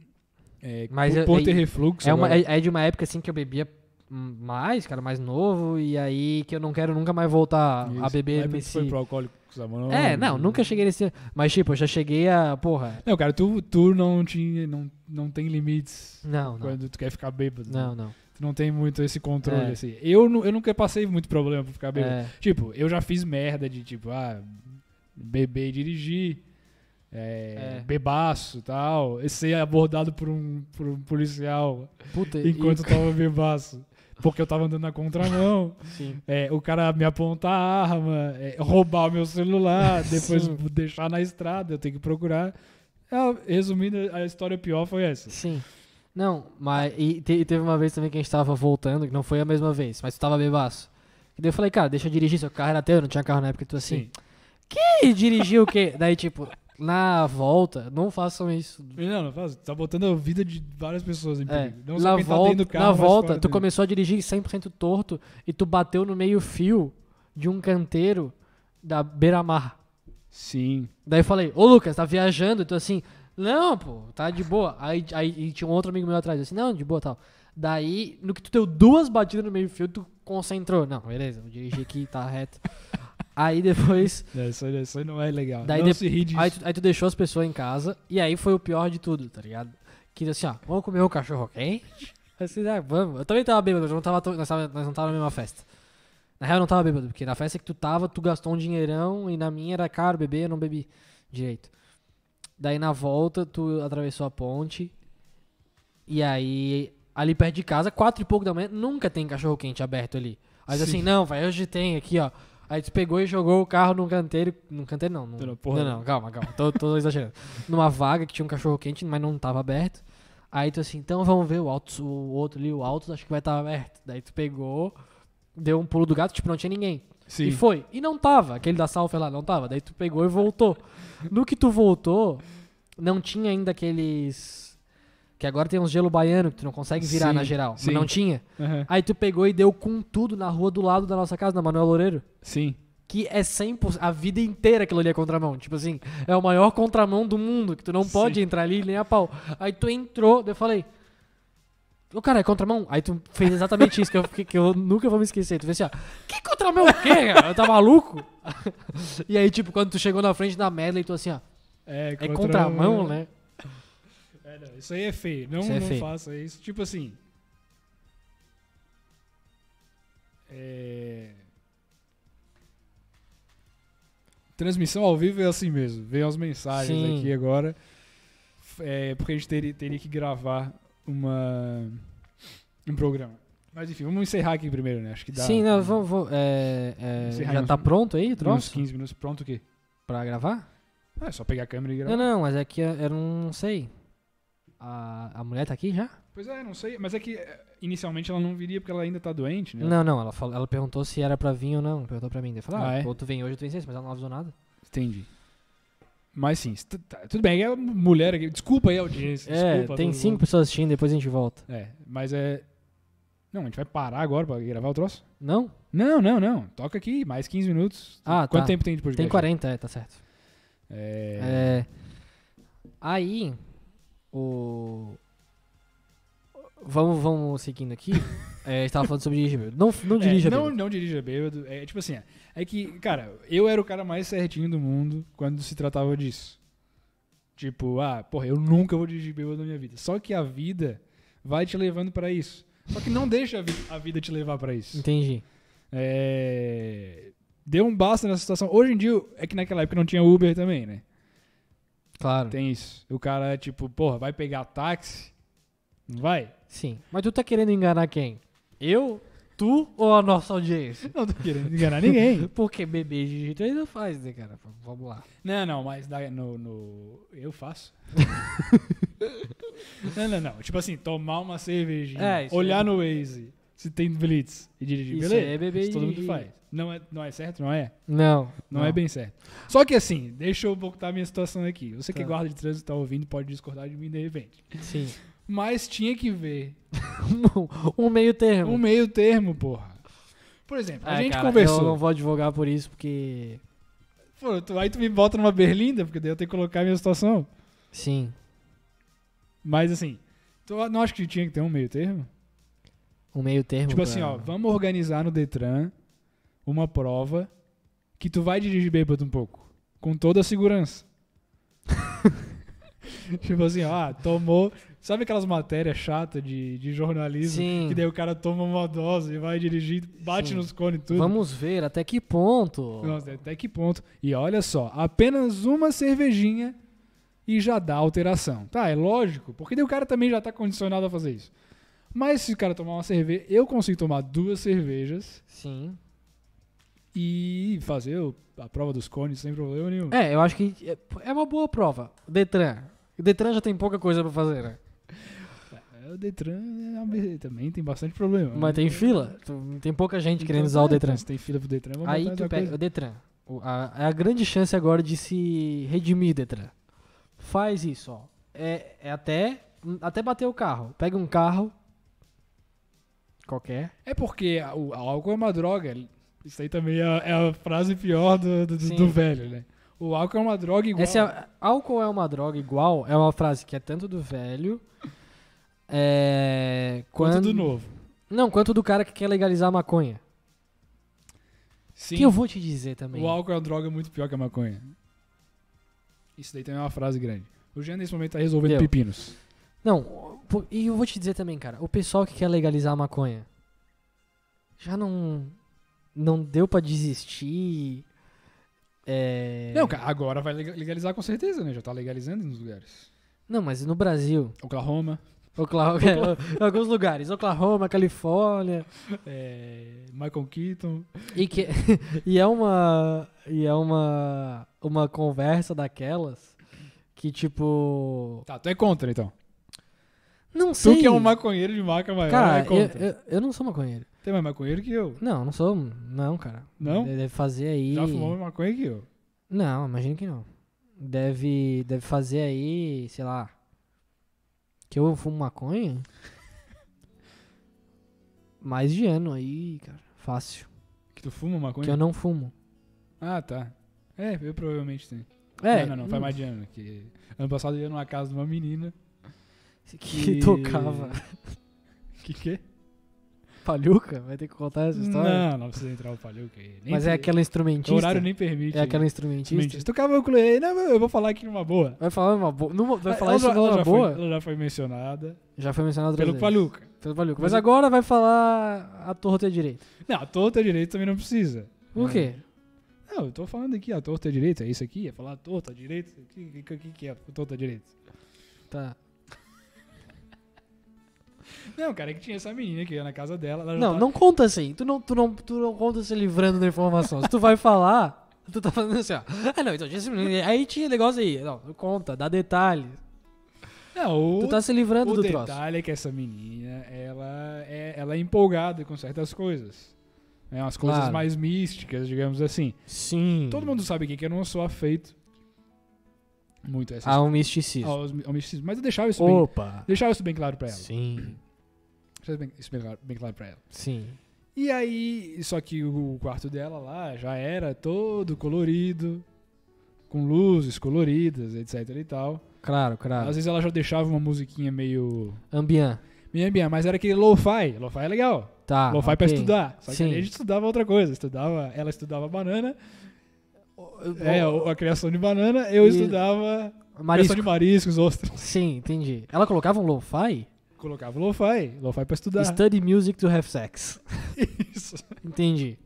[SPEAKER 4] é,
[SPEAKER 3] Mas
[SPEAKER 4] por,
[SPEAKER 3] é-
[SPEAKER 4] por
[SPEAKER 3] é-
[SPEAKER 4] ter refluxo.
[SPEAKER 3] É, uma-
[SPEAKER 4] agora-
[SPEAKER 3] é- é de uma época assim que eu bebia hum, mais, cara, mais novo, e aí que eu não quero nunca mais voltar a
[SPEAKER 4] Isso. Na
[SPEAKER 3] beber
[SPEAKER 4] época que
[SPEAKER 3] nesse.
[SPEAKER 4] Foi pro né? Alcoólicos Anônimos.
[SPEAKER 3] É, não, nunca cheguei nesse. Mas tipo, eu já cheguei a. Porra.
[SPEAKER 4] Não, cara, tu, tu não, tinha, não, não tem limites
[SPEAKER 3] Não, não.
[SPEAKER 4] quando tu quer ficar bêbado. né?
[SPEAKER 3] Não, não.
[SPEAKER 4] Tu não tem muito esse controle,
[SPEAKER 3] É.
[SPEAKER 4] assim. Eu, nu- eu nunca passei muito problema pra ficar bêbado.
[SPEAKER 3] É,
[SPEAKER 4] Tipo, eu já fiz merda de, tipo, ah, beber e dirigir. É,
[SPEAKER 3] É.
[SPEAKER 4] Bebaço e tal. e Ser abordado por um, por um policial
[SPEAKER 3] puta, e-
[SPEAKER 4] enquanto eu tava bebaço. Porque eu tava andando
[SPEAKER 3] [laughs]
[SPEAKER 4] na contramão.
[SPEAKER 3] Sim.
[SPEAKER 4] É, o cara me apontar a arma, é, roubar o
[SPEAKER 3] [laughs]
[SPEAKER 4] meu celular, depois
[SPEAKER 3] Sim.
[SPEAKER 4] deixar na estrada, eu tenho que procurar. É, resumindo, a história pior foi essa.
[SPEAKER 3] Sim. Não, mas e, te- e teve uma vez também que a gente tava voltando, que não foi a mesma vez, mas tu tava bebaço. E daí eu falei, cara, deixa eu dirigir, seu carro era teu, não tinha carro na época, e tu assim. E dirigir o quê? Daí, tipo, na volta, não façam isso.
[SPEAKER 4] Não, não faz. Tá botando a vida de várias pessoas
[SPEAKER 3] É,
[SPEAKER 4] em perigo. Não só
[SPEAKER 3] na
[SPEAKER 4] quem tá
[SPEAKER 3] volta,
[SPEAKER 4] dentro do carro.
[SPEAKER 3] na
[SPEAKER 4] mas
[SPEAKER 3] volta
[SPEAKER 4] fora
[SPEAKER 3] tu
[SPEAKER 4] dele.
[SPEAKER 3] começou a dirigir 100% torto e tu bateu no meio-fio de um canteiro da beira-mar.
[SPEAKER 4] Sim.
[SPEAKER 3] Daí eu falei, ô Lucas, tá viajando? E tu assim, não, pô, tá de boa. Aí, aí e tinha um outro amigo meu atrás, eu assim, não, de boa tal. Daí, no que tu deu duas batidas no meio-fio, tu concentrou. Não, beleza, vou dirigir aqui, tá reto. Aí depois.
[SPEAKER 4] É, Isso, aí- isso aí não é legal.
[SPEAKER 3] Daí
[SPEAKER 4] não
[SPEAKER 3] de-
[SPEAKER 4] se ri disso.
[SPEAKER 3] Aí tu, aí tu deixou as pessoas em casa, e aí foi o pior de tudo, tá ligado? Que assim, ó, vamos comer um cachorro
[SPEAKER 4] [laughs]
[SPEAKER 3] quente? Assim, ah, vamos. Eu também tava bêbado, eu não tava tão- nós, tava, nós não tava na mesma festa. Na real, eu não tava bêbado, porque na festa que tu tava, tu gastou um dinheirão, e na minha era caro beber, eu não bebi direito. Daí na volta, tu atravessou a ponte, e aí, ali perto de casa, quatro e pouco da manhã, nunca tem cachorro quente aberto ali. Aí tu
[SPEAKER 4] Sim.
[SPEAKER 3] assim, não, vai, hoje tem aqui, ó. Aí tu pegou e jogou o carro num canteiro. Num canteiro não. num-
[SPEAKER 4] Não, porra.
[SPEAKER 3] não, não, calma, calma. Tô, tô
[SPEAKER 4] [laughs]
[SPEAKER 3] exagerando. Numa vaga que tinha um cachorro quente, mas não tava aberto. Aí tu assim, então vamos ver o alto, o outro ali, o alto, acho que vai estar aberto. Daí tu pegou, deu um pulo do gato, tipo, não tinha ninguém.
[SPEAKER 4] Sim.
[SPEAKER 3] E foi. E não tava. Aquele da salfa lá, não tava. Daí tu pegou e voltou. No que tu voltou, não tinha ainda aqueles. Que agora tem uns gelo baiano que tu não consegue virar
[SPEAKER 4] Sim,
[SPEAKER 3] na geral.
[SPEAKER 4] sim.
[SPEAKER 3] Mas não tinha.
[SPEAKER 4] Aham.
[SPEAKER 3] Aí tu pegou e deu com tudo na rua do lado da nossa casa, na Manuel Loureiro
[SPEAKER 4] Sim.
[SPEAKER 3] que é 100%, a vida inteira aquilo ali é contramão. Tipo assim, é o maior contramão do mundo, que tu não pode entrar ali nem a pau. Aí tu entrou, daí eu falei, ô cara, é contramão? Aí tu fez exatamente isso, que eu, fiquei- que eu nunca vou me esquecer. Tu fez assim, ó, que contramão o quê, cara? Tá maluco? [laughs] e aí, tipo, quando tu chegou na frente da Medley, tu assim, ó,
[SPEAKER 4] É,
[SPEAKER 3] é contramão, né?
[SPEAKER 4] É, não, isso aí é feio. Não,
[SPEAKER 3] Isso é
[SPEAKER 4] não
[SPEAKER 3] feio.
[SPEAKER 4] faça isso. Tipo assim. É... Transmissão ao vivo é assim mesmo. Vem as mensagens
[SPEAKER 3] Sim.
[SPEAKER 4] aqui agora. F- É, porque a gente teria, teria que gravar uma, um programa. Mas enfim, vamos encerrar aqui primeiro, né? Acho que dá.
[SPEAKER 3] Sim, não, vamos, vamos, é, é,
[SPEAKER 4] Encerrar
[SPEAKER 3] já
[SPEAKER 4] uns-
[SPEAKER 3] tá pronto aí, o
[SPEAKER 4] uns
[SPEAKER 3] troço,
[SPEAKER 4] 15 minutos. Pronto o quê?
[SPEAKER 3] pra gravar?
[SPEAKER 4] Ah, é só pegar a câmera e gravar.
[SPEAKER 3] Não, não, mas é que eu, eu não sei. A, a mulher tá aqui já?
[SPEAKER 4] Pois é, não sei. Mas é que é, inicialmente ela não viria porque ela ainda tá doente, né?
[SPEAKER 3] Não, não, ela, falou, ela perguntou se era pra vir ou não. Perguntou pra mim. Daí eu falei, ah,
[SPEAKER 4] Ah, é?
[SPEAKER 3] ou tu vem hoje ou tu vem sexta, mas ela não avisou nada.
[SPEAKER 4] Entendi. Mas sim, está- tá- tudo bem, é mulher aqui. Desculpa aí, audiência.
[SPEAKER 3] é,
[SPEAKER 4] desculpa a
[SPEAKER 3] tem
[SPEAKER 4] todo
[SPEAKER 3] cinco
[SPEAKER 4] mundo.
[SPEAKER 3] pessoas assistindo, depois a gente volta.
[SPEAKER 4] É, mas é. Não, a gente vai parar agora pra gravar o troço?
[SPEAKER 3] Não?
[SPEAKER 4] Não, não, não. Toca aqui, mais 15 minutos.
[SPEAKER 3] Ah,
[SPEAKER 4] Quanto
[SPEAKER 3] tá.
[SPEAKER 4] tempo tem de podcast?
[SPEAKER 3] Tem 40, é, tá certo. É.
[SPEAKER 4] É.
[SPEAKER 3] Aí, o. Vamos, vamos seguindo
[SPEAKER 4] [laughs]
[SPEAKER 3] aqui. é, a gente tava falando sobre dirigir. bêbado. Não, não dirija.
[SPEAKER 4] É, não,
[SPEAKER 3] bêbado.
[SPEAKER 4] não dirija bêbado. É tipo assim, é, é que, cara, eu era o cara mais certinho do mundo quando se tratava disso. Tipo, ah, porra, eu nunca vou dirigir bêbado na minha vida. Só que a vida vai te levando pra isso. Só que não deixa a vi- a vida te levar pra isso.
[SPEAKER 3] Entendi.
[SPEAKER 4] É, deu um basta nessa situação. Hoje em dia, é que naquela época não tinha Uber também, né?
[SPEAKER 3] Claro.
[SPEAKER 4] Tem isso. O cara, tipo, porra, vai pegar táxi. Não vai? [laughs]
[SPEAKER 3] Sim. Mas tu tá querendo enganar quem? Eu? Tu ou a nossa audiência?
[SPEAKER 4] Não tô querendo enganar ninguém.
[SPEAKER 3] [laughs] Porque bebê de jeito ainda faz, né, cara? V- Vamos lá.
[SPEAKER 4] Não, não, mas na- no, no-
[SPEAKER 3] [laughs]
[SPEAKER 4] eu faço. não, não, não. Tipo assim, tomar uma cervejinha,
[SPEAKER 3] É, isso
[SPEAKER 4] olhar
[SPEAKER 3] aí.
[SPEAKER 4] no Waze, se tem blitz e dirigir,
[SPEAKER 3] Isso
[SPEAKER 4] beleza.
[SPEAKER 3] aí é beber
[SPEAKER 4] Isso
[SPEAKER 3] e
[SPEAKER 4] todo mundo
[SPEAKER 3] dirigir.
[SPEAKER 4] faz. Não é, não é certo? Não é?
[SPEAKER 3] Não.
[SPEAKER 4] Não, é bem certo. Só que assim, deixa eu botar a minha situação aqui. Você que
[SPEAKER 3] Tá.
[SPEAKER 4] guarda de trânsito e tá ouvindo pode discordar de mim de repente.
[SPEAKER 3] Sim. [laughs]
[SPEAKER 4] Mas tinha que ver
[SPEAKER 3] um meio termo.
[SPEAKER 4] um meio termo, porra. Por exemplo, a
[SPEAKER 3] É,
[SPEAKER 4] gente
[SPEAKER 3] cara,
[SPEAKER 4] conversou.
[SPEAKER 3] Eu não vou advogar por isso, porque.
[SPEAKER 4] Pô, tu- aí tu me bota numa berlinda, porque daí eu tenho que colocar a minha situação.
[SPEAKER 3] Sim.
[SPEAKER 4] Mas assim, tu não acho que tinha que ter um meio termo?
[SPEAKER 3] Um meio termo.
[SPEAKER 4] Tipo
[SPEAKER 3] pra-
[SPEAKER 4] assim, ó, vamos organizar no Detran uma prova que tu vai dirigir bêbado um pouco, com toda a segurança. [laughs] tipo assim, ó, ah, tomou. Sabe aquelas matérias chatas de, de jornalismo?
[SPEAKER 3] Sim.
[SPEAKER 4] Que daí o cara toma uma dose e vai dirigir, bate
[SPEAKER 3] Sim.
[SPEAKER 4] nos cones e tudo.
[SPEAKER 3] Vamos ver até que ponto.
[SPEAKER 4] Nossa, até que ponto. E olha só, apenas uma cervejinha e já dá alteração. Tá, é lógico, porque daí o cara também já tá condicionado a fazer isso. Mas se o cara tomar uma cerveja, eu consigo tomar duas cervejas
[SPEAKER 3] Sim.
[SPEAKER 4] e fazer o- a prova dos cones sem problema nenhum.
[SPEAKER 3] É, eu acho que é- é uma boa prova. Detran. O Detran já tem pouca coisa pra fazer, né?
[SPEAKER 4] É, O Detran é uma be- também tem bastante problema. né? Então tá,
[SPEAKER 3] Mas tem fila. Tu- Tem pouca gente querendo usar o Detran.
[SPEAKER 4] Se tem fila pro Detran, vamos
[SPEAKER 3] Aí
[SPEAKER 4] botar
[SPEAKER 3] tu
[SPEAKER 4] essa
[SPEAKER 3] pega
[SPEAKER 4] coisa.
[SPEAKER 3] o Detran. O- a, é a grande chance agora de se redimir, Detran. Faz isso, ó. É, é até, até bater o carro. Pega um carro. Qualquer.
[SPEAKER 4] É porque a- o álcool é uma droga. Isso aí também é, a- é a frase pior do, do- do-
[SPEAKER 3] Sim.
[SPEAKER 4] do velho, né? O álcool é uma droga igual.
[SPEAKER 3] Essa é, álcool é uma droga igual é uma frase que é tanto do velho. É,
[SPEAKER 4] Quanto
[SPEAKER 3] quando-
[SPEAKER 4] do novo.
[SPEAKER 3] Não, quanto do cara que quer legalizar a maconha.
[SPEAKER 4] Sim.
[SPEAKER 3] Que eu vou te dizer também.
[SPEAKER 4] o álcool é uma droga muito pior que a maconha. Isso daí também é uma frase grande. O Jean, nesse momento, tá resolvendo
[SPEAKER 3] Deu.
[SPEAKER 4] pepinos.
[SPEAKER 3] Não, pô, e eu vou te dizer também, cara. O pessoal que quer legalizar a maconha já não. Não deu pra desistir. É...
[SPEAKER 4] Não, cara, agora vai lega- legalizar com certeza, né? Já tá legalizando nos lugares.
[SPEAKER 3] Não, mas no Brasil,
[SPEAKER 4] Oklahoma,
[SPEAKER 3] Ocla- [laughs] em alguns lugares, Oklahoma, Califórnia,
[SPEAKER 4] é, Michael Keaton.
[SPEAKER 3] e, que- [laughs] e é uma e é uma uma conversa daquelas que tipo
[SPEAKER 4] Tá, tu é contra, então.
[SPEAKER 3] não sei.
[SPEAKER 4] Tu que é um maconheiro de marca maior, é
[SPEAKER 3] cara, eu,
[SPEAKER 4] contra.
[SPEAKER 3] eu, eu não sou maconheiro.
[SPEAKER 4] Tem mais maconheiro que eu.
[SPEAKER 3] Não, não sou, não, cara.
[SPEAKER 4] Não?
[SPEAKER 3] Deve fazer aí.
[SPEAKER 4] Já fumou mais maconha que eu.
[SPEAKER 3] Não, imagino que não. Deve, deve fazer aí, sei lá. Que eu fumo
[SPEAKER 4] [laughs]
[SPEAKER 3] maconha? Mais de ano aí, cara. Fácil.
[SPEAKER 4] Que tu fuma maconha?
[SPEAKER 3] Que eu não fumo.
[SPEAKER 4] Ah, tá. É, eu provavelmente tenho.
[SPEAKER 3] É.
[SPEAKER 4] não, não, não, faz mais de ano. Que... Ano passado eu ia numa casa de uma menina.
[SPEAKER 3] [laughs] Que, tocava.
[SPEAKER 4] Que quê?
[SPEAKER 3] [laughs] Palhuca? Vai ter que contar essa história.
[SPEAKER 4] Não, não precisa entrar o palhuca aí. Nem
[SPEAKER 3] Mas é
[SPEAKER 4] pre-
[SPEAKER 3] aquela instrumentista.
[SPEAKER 4] O horário nem permite.
[SPEAKER 3] É aquela
[SPEAKER 4] Mentira.
[SPEAKER 3] instrumentista.
[SPEAKER 4] Tocava o ukulele. Não, eu vou falar aqui numa boa.
[SPEAKER 3] Vai falar uma boa. numa- Vai falar
[SPEAKER 4] Ela
[SPEAKER 3] isso
[SPEAKER 4] já- ela
[SPEAKER 3] numa
[SPEAKER 4] já
[SPEAKER 3] boa?
[SPEAKER 4] Foi, ela já foi mencionada
[SPEAKER 3] Já foi mencionado outras
[SPEAKER 4] pelo
[SPEAKER 3] vezes.
[SPEAKER 4] Paluca.
[SPEAKER 3] Pelo Palhuca. Mas
[SPEAKER 4] Mas eu-
[SPEAKER 3] agora vai falar a torta e a direita.
[SPEAKER 4] Não, a torta e a direita também não precisa.
[SPEAKER 3] Por
[SPEAKER 4] É.
[SPEAKER 3] quê?
[SPEAKER 4] Não, eu tô falando aqui, a torta e a direita, é isso aqui? É falar a torta, a direita? O que, que, que, que é a torta e a direita?
[SPEAKER 3] Tá.
[SPEAKER 4] Não, cara, é que tinha essa menina que ia na casa dela. Ela já
[SPEAKER 3] Não,
[SPEAKER 4] tá-
[SPEAKER 3] não conta assim. Tu não, tu, não, tu não conta se livrando da informação. Se tu vai falar, tu tá falando assim, ó. Ah, não, então tinha esse menino. Aí tinha negócio aí. Não, não conta, dá detalhe.
[SPEAKER 4] Não, o,
[SPEAKER 3] Tu tá se livrando
[SPEAKER 4] o
[SPEAKER 3] do
[SPEAKER 4] detalhe
[SPEAKER 3] troço.
[SPEAKER 4] é que essa menina, ela é, ela é empolgada com certas coisas. É umas coisas
[SPEAKER 3] Claro. Hum.
[SPEAKER 4] mais místicas, digamos assim.
[SPEAKER 3] Sim.
[SPEAKER 4] Todo mundo sabe aqui que eu não sou afeito muito a essas
[SPEAKER 3] Há um misticismo.
[SPEAKER 4] aos, ao misticismo, mas eu deixava isso, bem,
[SPEAKER 3] Opa.
[SPEAKER 4] deixava isso bem claro pra ela.
[SPEAKER 3] Sim.
[SPEAKER 4] Deixava bem- isso bem claro, bem claro pra ela.
[SPEAKER 3] Sim.
[SPEAKER 4] E aí, só que o quarto dela lá já era todo colorido, com luzes coloridas, etc e tal.
[SPEAKER 3] Claro, claro.
[SPEAKER 4] Às vezes ela já deixava uma musiquinha meio...
[SPEAKER 3] Ambian.
[SPEAKER 4] Meio ambiente, mas era aquele lo-fi. Lo-fi é legal.
[SPEAKER 3] Tá.
[SPEAKER 4] lo-fi pra
[SPEAKER 3] ok.
[SPEAKER 4] estudar. Só que
[SPEAKER 3] Sim.
[SPEAKER 4] ali a gente estudava outra coisa. Estudava, ela estudava banana, é, o- a criação de banana, eu
[SPEAKER 3] E-
[SPEAKER 4] estudava Marisco.
[SPEAKER 3] Marisco.
[SPEAKER 4] de mariscos, ostras.
[SPEAKER 3] Sim, entendi. Ela colocava um lo-fi?
[SPEAKER 4] Colocava o lo-fi, lo-fi é pra estudar.
[SPEAKER 3] Study music to have sex.
[SPEAKER 4] [laughs] Isso.
[SPEAKER 3] Entendi.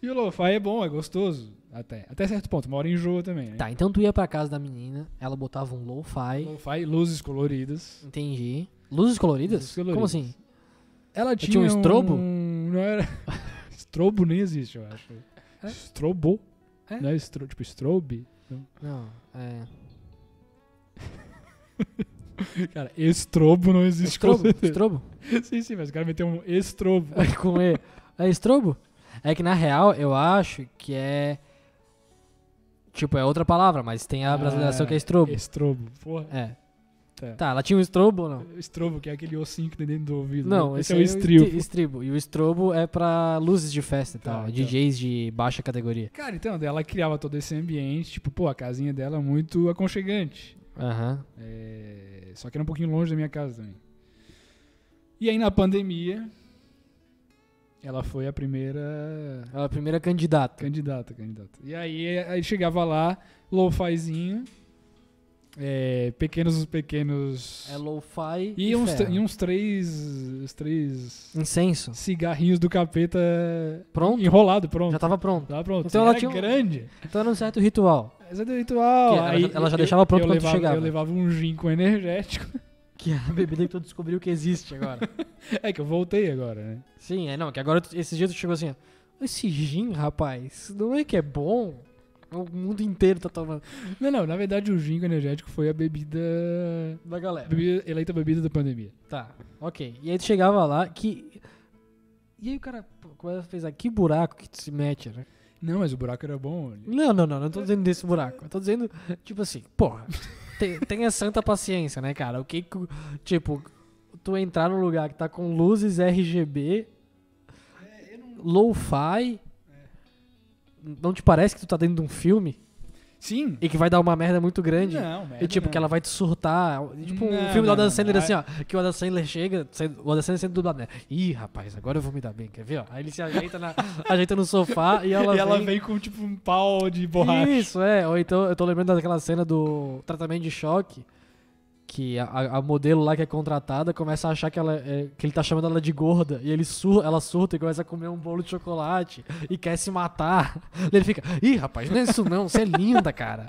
[SPEAKER 4] E o lo-fi é bom, é gostoso, até. Até certo ponto, uma hora enjoa também, né?
[SPEAKER 3] Tá, então tu ia pra casa da menina, ela botava um lo-fi.
[SPEAKER 4] Lo-fi, luzes coloridas,
[SPEAKER 3] Entendi. Luzes coloridas?
[SPEAKER 4] Luzes coloridas.
[SPEAKER 3] Como assim?
[SPEAKER 4] Ela tinha,
[SPEAKER 3] tinha um estrobo?
[SPEAKER 4] um- Não era. [laughs] estrobo nem existe, eu acho.
[SPEAKER 3] É?
[SPEAKER 4] Estrobo?
[SPEAKER 3] É?
[SPEAKER 4] Não é estro... tipo estrobe?
[SPEAKER 3] Não,
[SPEAKER 4] [laughs]
[SPEAKER 3] é.
[SPEAKER 4] Cara, estrobo não existe.
[SPEAKER 3] Estrobo?
[SPEAKER 4] com certeza.
[SPEAKER 3] Estrobo? [laughs]
[SPEAKER 4] [laughs]
[SPEAKER 3] Ah,
[SPEAKER 4] sim, sim, mas o cara meteu um estrobo.
[SPEAKER 3] Com E. É estrobo? É que na real eu acho que é. Tipo, é outra palavra, mas tem a brasileiração que é estrobo.
[SPEAKER 4] Estrobo, porra.
[SPEAKER 3] É.
[SPEAKER 4] Ah, Tá.
[SPEAKER 3] Tá, ela tinha um estrobo ou não?
[SPEAKER 4] Estrobo, que é aquele ossinho que tem dentro do ouvido.
[SPEAKER 3] Não,
[SPEAKER 4] né?
[SPEAKER 3] esse,
[SPEAKER 4] esse, é o estribo.
[SPEAKER 3] estri- estribo. E o estrobo é pra luzes de festa e
[SPEAKER 4] Tá,
[SPEAKER 3] tal.
[SPEAKER 4] então.
[SPEAKER 3] DJs de baixa categoria.
[SPEAKER 4] Cara, então, ela criava todo esse ambiente, tipo, pô, a casinha dela é muito aconchegante.
[SPEAKER 3] Aham.
[SPEAKER 4] É, Só que era um pouquinho longe da minha casa também. E aí na pandemia, ela foi a primeira
[SPEAKER 3] Ela é a primeira candidata.
[SPEAKER 4] candidata, candidata. E aí, aí chegava lá, lo-fizinho, é, pequenos, pequenos...
[SPEAKER 3] É lo-fi e,
[SPEAKER 4] e, uns,
[SPEAKER 3] ferro.
[SPEAKER 4] e um uns três, os três
[SPEAKER 3] Incenso.
[SPEAKER 4] cigarrinhos do capeta
[SPEAKER 3] Pronto.
[SPEAKER 4] enrolado, pronto. tá
[SPEAKER 3] Já tava pronto.
[SPEAKER 4] Tava pronto.
[SPEAKER 3] Então
[SPEAKER 4] E
[SPEAKER 3] ela
[SPEAKER 4] era
[SPEAKER 3] tinha um-
[SPEAKER 4] grande.
[SPEAKER 3] Então era um certo ritual.
[SPEAKER 4] Essa é do ritual.
[SPEAKER 3] Que ela
[SPEAKER 4] Aí
[SPEAKER 3] já- ela já
[SPEAKER 4] eu-
[SPEAKER 3] deixava pronto
[SPEAKER 4] eu
[SPEAKER 3] quando tu
[SPEAKER 4] levava-
[SPEAKER 3] chegava.
[SPEAKER 4] Eu levava um gin com energético. [laughs]
[SPEAKER 3] Que é a bebida que tu descobriu que existe agora.
[SPEAKER 4] É que eu voltei agora, né?
[SPEAKER 3] [laughs] Sim, é não, que agora tu- esses dias tu chegou assim, ó. Esse gin, rapaz, não é que é bom? O mundo inteiro tá tomando.
[SPEAKER 4] Não, não, na verdade o gin com energético foi a bebida,
[SPEAKER 3] Da galera.
[SPEAKER 4] bebida eleita bebida da pandemia.
[SPEAKER 3] Tá, ok. E aí tu chegava lá que. E aí o cara pô, começa a pensar, que buraco que tu se mete, né?
[SPEAKER 4] Não, mas o buraco era bom. olha.
[SPEAKER 3] Não, não, não, não tô dizendo desse buraco. Eu tô dizendo, tipo assim, porra, te- tenha santa paciência, né, cara? O que que. o- Tipo, tu entrar num lugar que tá com luzes RGB, lo-fi. Não te parece que tu tá dentro de um filme
[SPEAKER 4] Sim.
[SPEAKER 3] e que vai dar uma merda muito grande?
[SPEAKER 4] Não, merda,
[SPEAKER 3] E tipo,
[SPEAKER 4] não.
[SPEAKER 3] que ela vai te surtar. E, Tipo, um
[SPEAKER 4] Não,
[SPEAKER 3] filme do
[SPEAKER 4] não,
[SPEAKER 3] Adam
[SPEAKER 4] não,
[SPEAKER 3] Sandler
[SPEAKER 4] não.
[SPEAKER 3] assim, ó. Que o Adam Sandler chega, sai- o Adam Sandler sendo dublado, né? Ih, rapaz, agora eu vou me dar bem, quer ver? ó? Aí ele se ajeita, na- [laughs] ajeita no sofá e ela
[SPEAKER 4] e ela
[SPEAKER 3] vem...
[SPEAKER 4] veio com tipo um pau de borracha.
[SPEAKER 3] Isso, é. Ou então eu tô lembrando daquela cena do tratamento de choque. Que a- a, a modelo lá que é contratada começa a achar que, ela, é- que ele tá chamando ela de gorda. E ele sur, ela surta e começa a comer um bolo de chocolate e quer se matar. [laughs] E ele fica, ih, rapaz, não é isso não, você é linda, cara.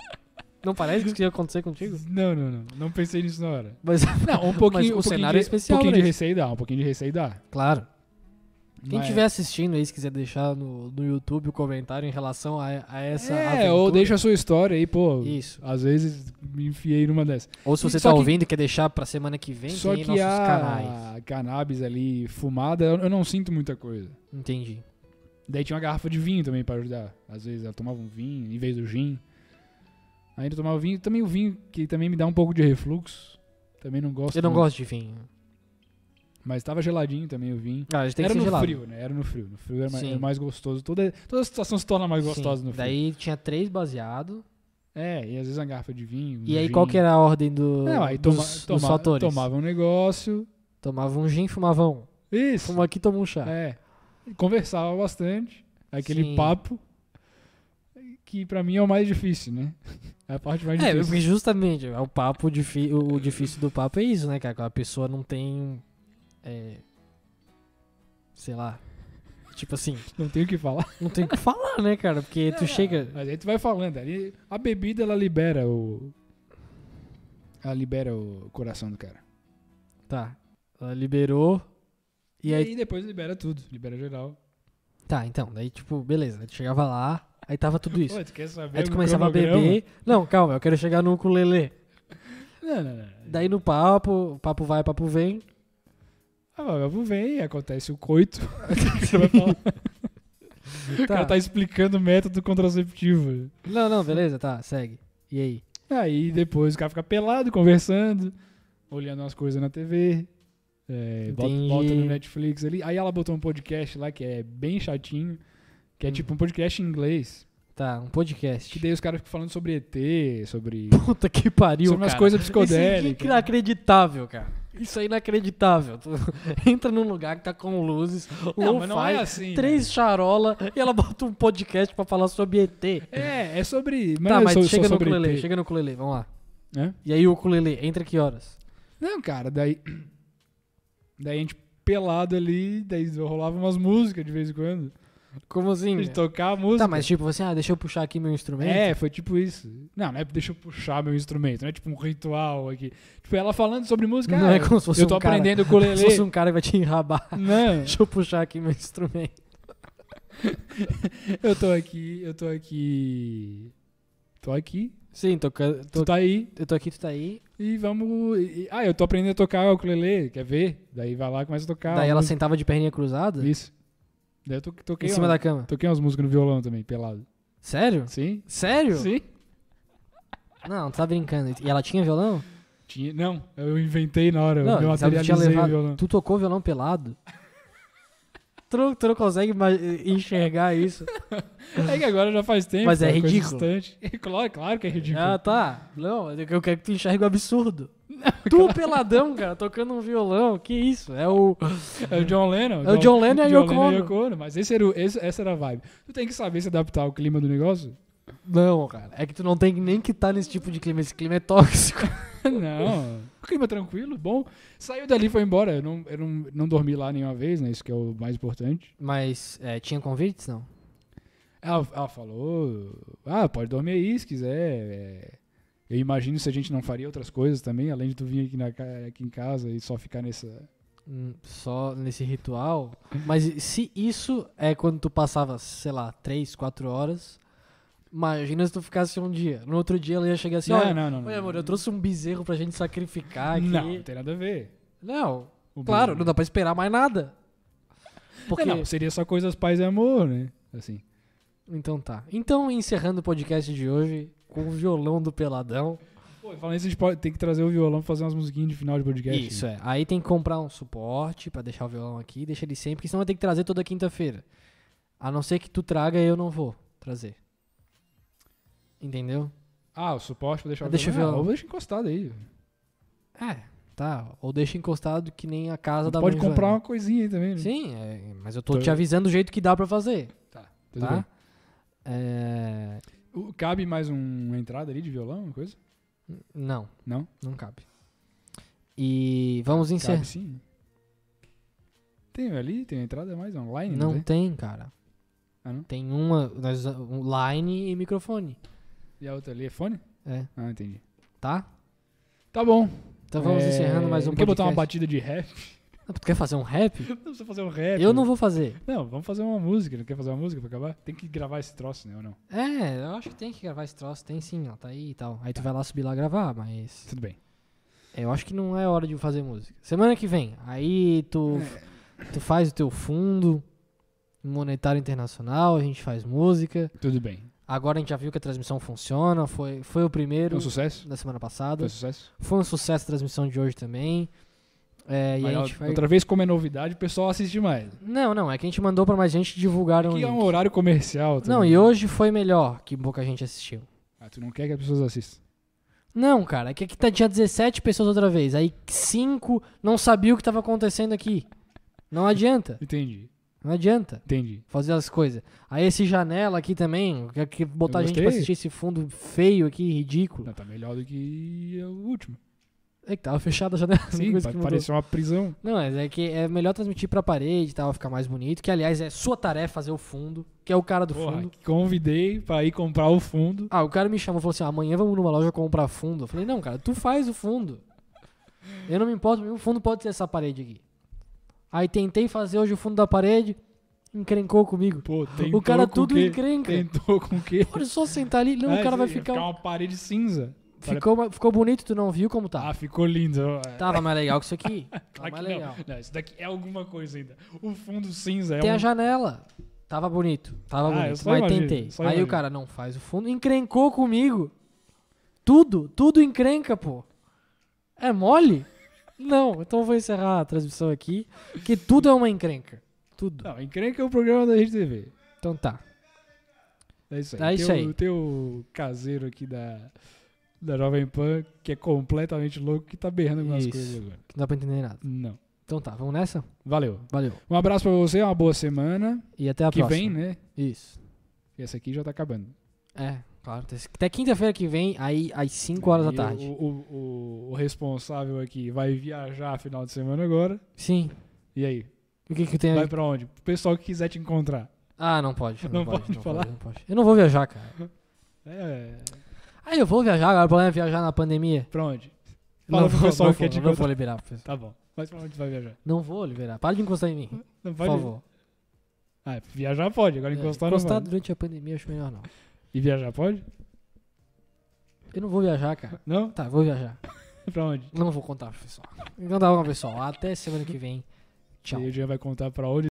[SPEAKER 3] Não parece que isso ia acontecer contigo?
[SPEAKER 4] Não, não, não. Não pensei nisso na hora.
[SPEAKER 3] Mas, [laughs]
[SPEAKER 4] Não, um
[SPEAKER 3] Mas o
[SPEAKER 4] pouquinho, um pouquinho
[SPEAKER 3] cenário é
[SPEAKER 4] de,
[SPEAKER 3] especial
[SPEAKER 4] Um pouquinho
[SPEAKER 3] pra
[SPEAKER 4] de
[SPEAKER 3] isso.
[SPEAKER 4] receio dá, um pouquinho de receio dá.
[SPEAKER 3] claro. Quem
[SPEAKER 4] Mas-
[SPEAKER 3] estiver assistindo aí, se quiser deixar no, no YouTube o comentário em relação a, a essa
[SPEAKER 4] É,
[SPEAKER 3] aventura.
[SPEAKER 4] ou deixa a sua história aí, pô.
[SPEAKER 3] Isso.
[SPEAKER 4] Às vezes me enfiei numa dessas.
[SPEAKER 3] Ou se
[SPEAKER 4] E-
[SPEAKER 3] você
[SPEAKER 4] só
[SPEAKER 3] tá
[SPEAKER 4] que-
[SPEAKER 3] ouvindo e quer deixar pra semana que vem,
[SPEAKER 4] Só
[SPEAKER 3] tem aí
[SPEAKER 4] que
[SPEAKER 3] nossos
[SPEAKER 4] a
[SPEAKER 3] canais.
[SPEAKER 4] cannabis ali fumada, eu eu não sinto muita coisa.
[SPEAKER 3] Entendi.
[SPEAKER 4] Daí tinha uma garrafa de vinho também pra ajudar. Às vezes ela tomava um vinho em vez do gin. Ainda tomava vinho, também o vinho que também me dá um pouco de refluxo. Também não gosto.
[SPEAKER 3] Eu não
[SPEAKER 4] muito.
[SPEAKER 3] gosto de vinho.
[SPEAKER 4] Mas tava geladinho também o vinho.
[SPEAKER 3] Ah, a gente tem
[SPEAKER 4] era
[SPEAKER 3] que ser
[SPEAKER 4] no
[SPEAKER 3] gelado.
[SPEAKER 4] frio, né? Era no frio. No frio era mais,
[SPEAKER 3] Sim.
[SPEAKER 4] era mais gostoso. Toda, toda situação se torna mais
[SPEAKER 3] Sim.
[SPEAKER 4] gostosa no frio.
[SPEAKER 3] Daí tinha três baseado.
[SPEAKER 4] É, e às vezes uma garrafa de vinho. um
[SPEAKER 3] E aí
[SPEAKER 4] gin.
[SPEAKER 3] qual que era a ordem do,
[SPEAKER 4] Não, aí toma,
[SPEAKER 3] dos,
[SPEAKER 4] toma-
[SPEAKER 3] dos fatores?
[SPEAKER 4] tomava um negócio.
[SPEAKER 3] Tomava um gin, fumava um.
[SPEAKER 4] Isso.
[SPEAKER 3] Fuma aqui, toma um chá.
[SPEAKER 4] É. Conversava bastante. Aquele
[SPEAKER 3] Sim.
[SPEAKER 4] papo. Que pra mim é o mais difícil, né? [laughs] É a parte mais
[SPEAKER 3] É,
[SPEAKER 4] difícil.
[SPEAKER 3] porque justamente é o papo difi- o o difícil do papo é isso, né, cara? Quando a pessoa não tem. é, sei lá. Tipo assim,
[SPEAKER 4] Não tenho o que falar. [laughs]
[SPEAKER 3] não tem o que falar, né, cara? Porque
[SPEAKER 4] É.
[SPEAKER 3] tu chega.
[SPEAKER 4] Mas aí tu vai falando. Ali, a bebida, ela libera o. Ela libera o coração do cara.
[SPEAKER 3] Tá. Ela liberou. E
[SPEAKER 4] E
[SPEAKER 3] aí
[SPEAKER 4] aí depois libera tudo. Libera geral.
[SPEAKER 3] Tá, então, daí tipo, beleza, aí tu chegava lá, aí tava tudo isso.
[SPEAKER 4] Pô, tu quer saber?
[SPEAKER 3] Aí tu
[SPEAKER 4] o
[SPEAKER 3] começava a
[SPEAKER 4] cronograma?
[SPEAKER 3] beber. Não, calma, eu quero chegar no ukulele.
[SPEAKER 4] Não, não, não.
[SPEAKER 3] Daí no papo, papo vai, papo vem.
[SPEAKER 4] Ah, mas vem, acontece
[SPEAKER 3] [laughs]
[SPEAKER 4] o coito. [laughs] O que você vai falar? [laughs] O cara tá explicando o método contraceptivo.
[SPEAKER 3] Não, não, beleza, tá, segue. E aí?
[SPEAKER 4] Aí depois o cara fica pelado, conversando, olhando umas coisas na TV, é, bota,
[SPEAKER 3] Entendi.
[SPEAKER 4] bota no Netflix ali. Aí ela botou um podcast lá que é bem chatinho, que é
[SPEAKER 3] Hum.
[SPEAKER 4] tipo um podcast em inglês.
[SPEAKER 3] Tá, um
[SPEAKER 4] Que
[SPEAKER 3] podcast.
[SPEAKER 4] daí os caras ficam falando sobre ET, sobre,
[SPEAKER 3] Puta que pariu,
[SPEAKER 4] sobre umas
[SPEAKER 3] cara.
[SPEAKER 4] coisas
[SPEAKER 3] Isso é
[SPEAKER 4] psicodélicas.
[SPEAKER 3] inacreditável, cara. Isso é inacreditável. Tu [laughs] entra num lugar que tá com luzes,
[SPEAKER 4] Não,
[SPEAKER 3] lo-fi,
[SPEAKER 4] mas não é assim,
[SPEAKER 3] três charola e ela bota um podcast pra falar sobre ET.
[SPEAKER 4] É, é sobre. Mas
[SPEAKER 3] tá,
[SPEAKER 4] não é
[SPEAKER 3] mas
[SPEAKER 4] só- só
[SPEAKER 3] chega no
[SPEAKER 4] sobre
[SPEAKER 3] ukulele,
[SPEAKER 4] ET,
[SPEAKER 3] chega no ukulele, vamos lá.
[SPEAKER 4] né?
[SPEAKER 3] E aí o ukulele, entra que horas?
[SPEAKER 4] Não, cara, daí. Daí a gente pelado ali, daí rolava umas músicas de vez em quando.
[SPEAKER 3] Como assim?
[SPEAKER 4] De tocar a música.
[SPEAKER 3] Tá, mas tipo, você, ah, deixa eu puxar aqui meu instrumento.
[SPEAKER 4] É, foi tipo isso. Não, não é deixa eu puxar meu instrumento, não é tipo um ritual aqui. Tipo, ela falando sobre música.
[SPEAKER 3] Não
[SPEAKER 4] ah,
[SPEAKER 3] é como se fosse
[SPEAKER 4] Eu tô
[SPEAKER 3] um cara-
[SPEAKER 4] aprendendo
[SPEAKER 3] Como
[SPEAKER 4] ukulele.
[SPEAKER 3] Se fosse um cara que vai te enrabar. [laughs]
[SPEAKER 4] Não,
[SPEAKER 3] Deixa eu puxar aqui meu instrumento.
[SPEAKER 4] eu tô aqui, eu tô aqui. Tô aqui,
[SPEAKER 3] Sim, tocando.
[SPEAKER 4] tu tá aí.
[SPEAKER 3] Eu tô aqui, tu tá aí.
[SPEAKER 4] E vamos. e- e- ah, eu tô aprendendo a tocar o ukulele, quer ver? Daí vai lá e começa a tocar.
[SPEAKER 3] Daí
[SPEAKER 4] uma
[SPEAKER 3] ela
[SPEAKER 4] música.
[SPEAKER 3] sentava de perninha cruzada
[SPEAKER 4] Isso. Daí eu to- toquei.
[SPEAKER 3] em cima
[SPEAKER 4] uma-
[SPEAKER 3] da cama.
[SPEAKER 4] Toquei umas músicas no violão também, pelado.
[SPEAKER 3] Sério?
[SPEAKER 4] Sim?
[SPEAKER 3] Sério?
[SPEAKER 4] Sim?
[SPEAKER 3] Não, tu tá brincando. E ela tinha violão?
[SPEAKER 4] Tinha, não, eu inventei na hora. eu
[SPEAKER 3] não, sabe que tinha
[SPEAKER 4] materializei o
[SPEAKER 3] levado.
[SPEAKER 4] violão.
[SPEAKER 3] Tu tocou violão pelado? [laughs] tu, não, tu não consegue ima- enxergar isso.
[SPEAKER 4] É que agora já faz tempo.
[SPEAKER 3] Mas é
[SPEAKER 4] uma coisa
[SPEAKER 3] ridículo.
[SPEAKER 4] distante. [laughs] Claro, claro que é ridículo.
[SPEAKER 3] Ah, tá. Não, eu quero que tu enxergue o [laughs] absurdo. tu peladão, cara, tocando um violão. Que isso? É o.
[SPEAKER 4] É o John Lennon.
[SPEAKER 3] É o John Lennon e a Yoko
[SPEAKER 4] Lennon
[SPEAKER 3] Ono.
[SPEAKER 4] Ono, Mas esse era, o- esse- essa era a vibe. Tu tem que saber se adaptar ao clima do negócio?
[SPEAKER 3] Não, cara. É que tu não tem nem que estar nesse tipo de clima. Esse clima é tóxico.
[SPEAKER 4] não. O [laughs] clima tranquilo, bom. Saiu dali e foi embora. Eu, não, eu não, não dormi lá nenhuma vez, né? Isso que é o mais importante.
[SPEAKER 3] Mas é, tinha convites, não?
[SPEAKER 4] Ela, ela falou... Ah, pode dormir aí se quiser. é. Eu imagino se a gente não faria outras coisas também, além de tu vir aqui, na ca- aqui em casa e só ficar nessa...
[SPEAKER 3] Hum, Só nesse ritual. Mas e- se isso é quando tu passava, sei lá, 3, 4 horas. Imagina se tu ficasse um dia. No outro dia ela ia chegar assim:
[SPEAKER 4] Não,
[SPEAKER 3] olha,
[SPEAKER 4] não, não, não,
[SPEAKER 3] olha,
[SPEAKER 4] não.
[SPEAKER 3] amor, eu trouxe um bezerro pra gente sacrificar aqui.
[SPEAKER 4] Não, não tem nada a ver.
[SPEAKER 3] Não,
[SPEAKER 4] O
[SPEAKER 3] claro,
[SPEAKER 4] bezerro.
[SPEAKER 3] não dá pra esperar mais nada. Porque.
[SPEAKER 4] Não, seria só coisas paz e amor, né? Assim.
[SPEAKER 3] Então tá. Então, encerrando o podcast de hoje com o violão do Peladão.
[SPEAKER 4] Pô, e falando isso, a gente pode, tem que trazer o violão pra fazer umas musiquinhas de final de podcast.
[SPEAKER 3] Isso,
[SPEAKER 4] né?
[SPEAKER 3] é. Aí tem que comprar um suporte pra deixar o violão aqui, deixa ele sempre, porque senão vai ter que trazer toda quinta-feira. A não ser que tu traga, eu não vou trazer. Entendeu?
[SPEAKER 4] Ah, o suporte pra deixar
[SPEAKER 3] Ah, deixa
[SPEAKER 4] o
[SPEAKER 3] o
[SPEAKER 4] violão. Ah,
[SPEAKER 3] violão.
[SPEAKER 4] ou deixa encostado aí.
[SPEAKER 3] É, tá. Ou deixa encostado que nem a casa da
[SPEAKER 4] Pode
[SPEAKER 3] mãe
[SPEAKER 4] comprar uma
[SPEAKER 3] Joana.
[SPEAKER 4] coisinha aí também, né?
[SPEAKER 3] Sim, é, mas eu tô
[SPEAKER 4] Tô-
[SPEAKER 3] te avisando do jeito que dá pra fazer,
[SPEAKER 4] Tá. Tudo
[SPEAKER 3] tá?
[SPEAKER 4] bem.
[SPEAKER 3] É...
[SPEAKER 4] O- Cabe mais um- uma entrada ali de violão, uma coisa?
[SPEAKER 3] Não,
[SPEAKER 4] Não?
[SPEAKER 3] não cabe. E vamos encerrar.
[SPEAKER 4] Cabe sim. Tem ali, tem uma entrada mais online, não,
[SPEAKER 3] Não
[SPEAKER 4] tem?
[SPEAKER 3] tem, cara.
[SPEAKER 4] né? Ah, não?
[SPEAKER 3] Tem uma, nós, usa- um line e microfone,
[SPEAKER 4] E a outra ali é fone?
[SPEAKER 3] É.
[SPEAKER 4] Ah, entendi.
[SPEAKER 3] tá?
[SPEAKER 4] Tá bom.
[SPEAKER 3] Então vamos
[SPEAKER 4] É,
[SPEAKER 3] encerrando mais um
[SPEAKER 4] Quer botar uma
[SPEAKER 3] podcast.
[SPEAKER 4] batida de rap? [laughs]
[SPEAKER 3] Ah, Tu quer fazer um rap? né?
[SPEAKER 4] Não precisa fazer um rap.
[SPEAKER 3] Eu não vou fazer.
[SPEAKER 4] Não, vamos fazer uma música. Não quer fazer uma música pra acabar? Tem que gravar esse troço, né? Ou não?
[SPEAKER 3] É, eu acho que tem que gravar esse troço, tem sim, ó, tá aí e tal. Aí tu vai lá subir lá gravar, mas.
[SPEAKER 4] Tudo bem.
[SPEAKER 3] Eu acho que não é hora de fazer música. Semana que vem, aí tu,
[SPEAKER 4] É.
[SPEAKER 3] tu faz o teu fundo monetário internacional, a gente faz música.
[SPEAKER 4] Tudo bem.
[SPEAKER 3] Agora a gente já viu que a transmissão funciona, foi, foi o
[SPEAKER 4] Foi
[SPEAKER 3] primeiro
[SPEAKER 4] um sucesso?
[SPEAKER 3] da semana passada.
[SPEAKER 4] Foi um sucesso?
[SPEAKER 3] Foi um sucesso a transmissão de hoje também. É, e
[SPEAKER 4] Mas
[SPEAKER 3] a gente vai...
[SPEAKER 4] Outra vez, como é novidade, o pessoal assiste mais.
[SPEAKER 3] Não, não, é que a gente mandou pra mais gente divulgaram. o
[SPEAKER 4] Que é um
[SPEAKER 3] link.
[SPEAKER 4] horário comercial.
[SPEAKER 3] Não,
[SPEAKER 4] também.
[SPEAKER 3] e hoje foi melhor que pouca gente assistiu.
[SPEAKER 4] Ah, tu não quer que as pessoas assistam.
[SPEAKER 3] Não, cara, é que aqui tá, tinha 17 pessoas outra vez. Aí 5 não sabia o que tava acontecendo aqui. Não adianta,
[SPEAKER 4] Entendi,
[SPEAKER 3] não adianta
[SPEAKER 4] entendi.
[SPEAKER 3] fazer as coisas. Aí esse janela aqui também, que- que botar a
[SPEAKER 4] Eu
[SPEAKER 3] gente
[SPEAKER 4] gostei.
[SPEAKER 3] pra assistir esse fundo feio aqui, ridículo.
[SPEAKER 4] Não, tá melhor do que o último.
[SPEAKER 3] É que tava fechada a janela. [laughs]
[SPEAKER 4] Sim,
[SPEAKER 3] coisa
[SPEAKER 4] pa-
[SPEAKER 3] que mudou.
[SPEAKER 4] pareceu uma prisão.
[SPEAKER 3] Não, mas é que é melhor transmitir pra parede e tal, ficar mais bonito. Que, aliás, é sua tarefa fazer o fundo, que é o cara do
[SPEAKER 4] Porra,
[SPEAKER 3] fundo.
[SPEAKER 4] convidei pra ir comprar o fundo.
[SPEAKER 3] Ah, o cara me chamou e falou assim: amanhã vamos numa loja comprar fundo. Eu falei: não, cara, tu faz o fundo. Eu não me importo, o fundo pode ser essa parede aqui. Aí tentei fazer hoje o fundo da parede, encrencou comigo.
[SPEAKER 4] Pô,
[SPEAKER 3] [laughs]
[SPEAKER 4] tentou
[SPEAKER 3] O cara
[SPEAKER 4] com
[SPEAKER 3] tudo
[SPEAKER 4] quê?
[SPEAKER 3] encrenca.
[SPEAKER 4] Tentou com o quê?
[SPEAKER 3] Olha só sentar ali, não,
[SPEAKER 4] Ah,
[SPEAKER 3] o cara vai
[SPEAKER 4] ia
[SPEAKER 3] ficar. um
[SPEAKER 4] uma parede cinza.
[SPEAKER 3] Ficou, ma- ficou bonito, tu não viu como
[SPEAKER 4] Ah,
[SPEAKER 3] tá?
[SPEAKER 4] ficou lindo. Ah,
[SPEAKER 3] Tava mais legal que isso
[SPEAKER 4] [laughs]
[SPEAKER 3] aqui. Tava
[SPEAKER 4] Aqui
[SPEAKER 3] mais
[SPEAKER 4] não.
[SPEAKER 3] legal.
[SPEAKER 4] Não, isso daqui é alguma coisa ainda. O fundo cinza é
[SPEAKER 3] Tem
[SPEAKER 4] um...
[SPEAKER 3] a janela. Tava bonito, tava
[SPEAKER 4] Ah, eu
[SPEAKER 3] bonito,
[SPEAKER 4] só
[SPEAKER 3] mas
[SPEAKER 4] imagino,
[SPEAKER 3] tentei.
[SPEAKER 4] só
[SPEAKER 3] Aí o
[SPEAKER 4] imagino.
[SPEAKER 3] cara não faz o fundo, encrencou comigo. Tudo, tudo encrenca, pô. É mole? Não, então eu vou encerrar a transmissão aqui, que tudo é uma encrenca. Tudo.
[SPEAKER 4] Não, encrenca é o programa da RedeTV.
[SPEAKER 3] Então tá.
[SPEAKER 4] É isso aí.
[SPEAKER 3] É
[SPEAKER 4] Tem
[SPEAKER 3] isso
[SPEAKER 4] o-
[SPEAKER 3] aí.
[SPEAKER 4] tem o caseiro aqui da, da Jovem Pan, que é completamente louco, que tá berrando algumas
[SPEAKER 3] Isso.
[SPEAKER 4] coisas agora.
[SPEAKER 3] Não dá pra entender nada.
[SPEAKER 4] Não.
[SPEAKER 3] Então tá, vamos nessa?
[SPEAKER 4] Valeu.
[SPEAKER 3] Valeu.
[SPEAKER 4] Um abraço pra você, uma boa semana.
[SPEAKER 3] E até a
[SPEAKER 4] que
[SPEAKER 3] próxima.
[SPEAKER 4] vem, né?
[SPEAKER 3] Isso.
[SPEAKER 4] Essa aqui já tá acabando.
[SPEAKER 3] É, claro. Até quinta-feira que vem, aí às 5 horas da
[SPEAKER 4] E
[SPEAKER 3] tarde.
[SPEAKER 4] O, o, o- o responsável aqui vai viajar final de semana agora.
[SPEAKER 3] Sim.
[SPEAKER 4] E aí?
[SPEAKER 3] O que que tem aí?
[SPEAKER 4] Vai pra onde? O pessoal que quiser te encontrar.
[SPEAKER 3] Ah, não pode. Não,
[SPEAKER 4] Não
[SPEAKER 3] pode,
[SPEAKER 4] pode
[SPEAKER 3] não
[SPEAKER 4] falar?
[SPEAKER 3] pode, não pode. Eu não vou viajar, cara.
[SPEAKER 4] É,
[SPEAKER 3] Ah, eu vou viajar agora. O problema é viajar na pandemia.
[SPEAKER 4] pra onde? Fala
[SPEAKER 3] Não
[SPEAKER 4] pro
[SPEAKER 3] vou,
[SPEAKER 4] pessoal
[SPEAKER 3] não
[SPEAKER 4] que é
[SPEAKER 3] vou,
[SPEAKER 4] de
[SPEAKER 3] não
[SPEAKER 4] Goiânia.
[SPEAKER 3] vou liberar pro pessoal.
[SPEAKER 4] Tá bom. Mas pra onde vai viajar?
[SPEAKER 3] Não vou liberar. Para de encostar em mim,
[SPEAKER 4] Não
[SPEAKER 3] por
[SPEAKER 4] pode.
[SPEAKER 3] favor.
[SPEAKER 4] Ah, viajar pode, agora encostar
[SPEAKER 3] é,
[SPEAKER 4] não
[SPEAKER 3] encostar
[SPEAKER 4] pode.
[SPEAKER 3] durante a pandemia eu acho melhor não.
[SPEAKER 4] E viajar pode?
[SPEAKER 3] Eu não vou viajar, cara.
[SPEAKER 4] Não?
[SPEAKER 3] Tá, vou viajar.
[SPEAKER 4] Pra onde?
[SPEAKER 3] Não vou contar pro pessoal. Então tá bom, pessoal. um Até semana que vem.
[SPEAKER 4] E
[SPEAKER 3] Tchau.
[SPEAKER 4] aí o Jean vai contar pra onde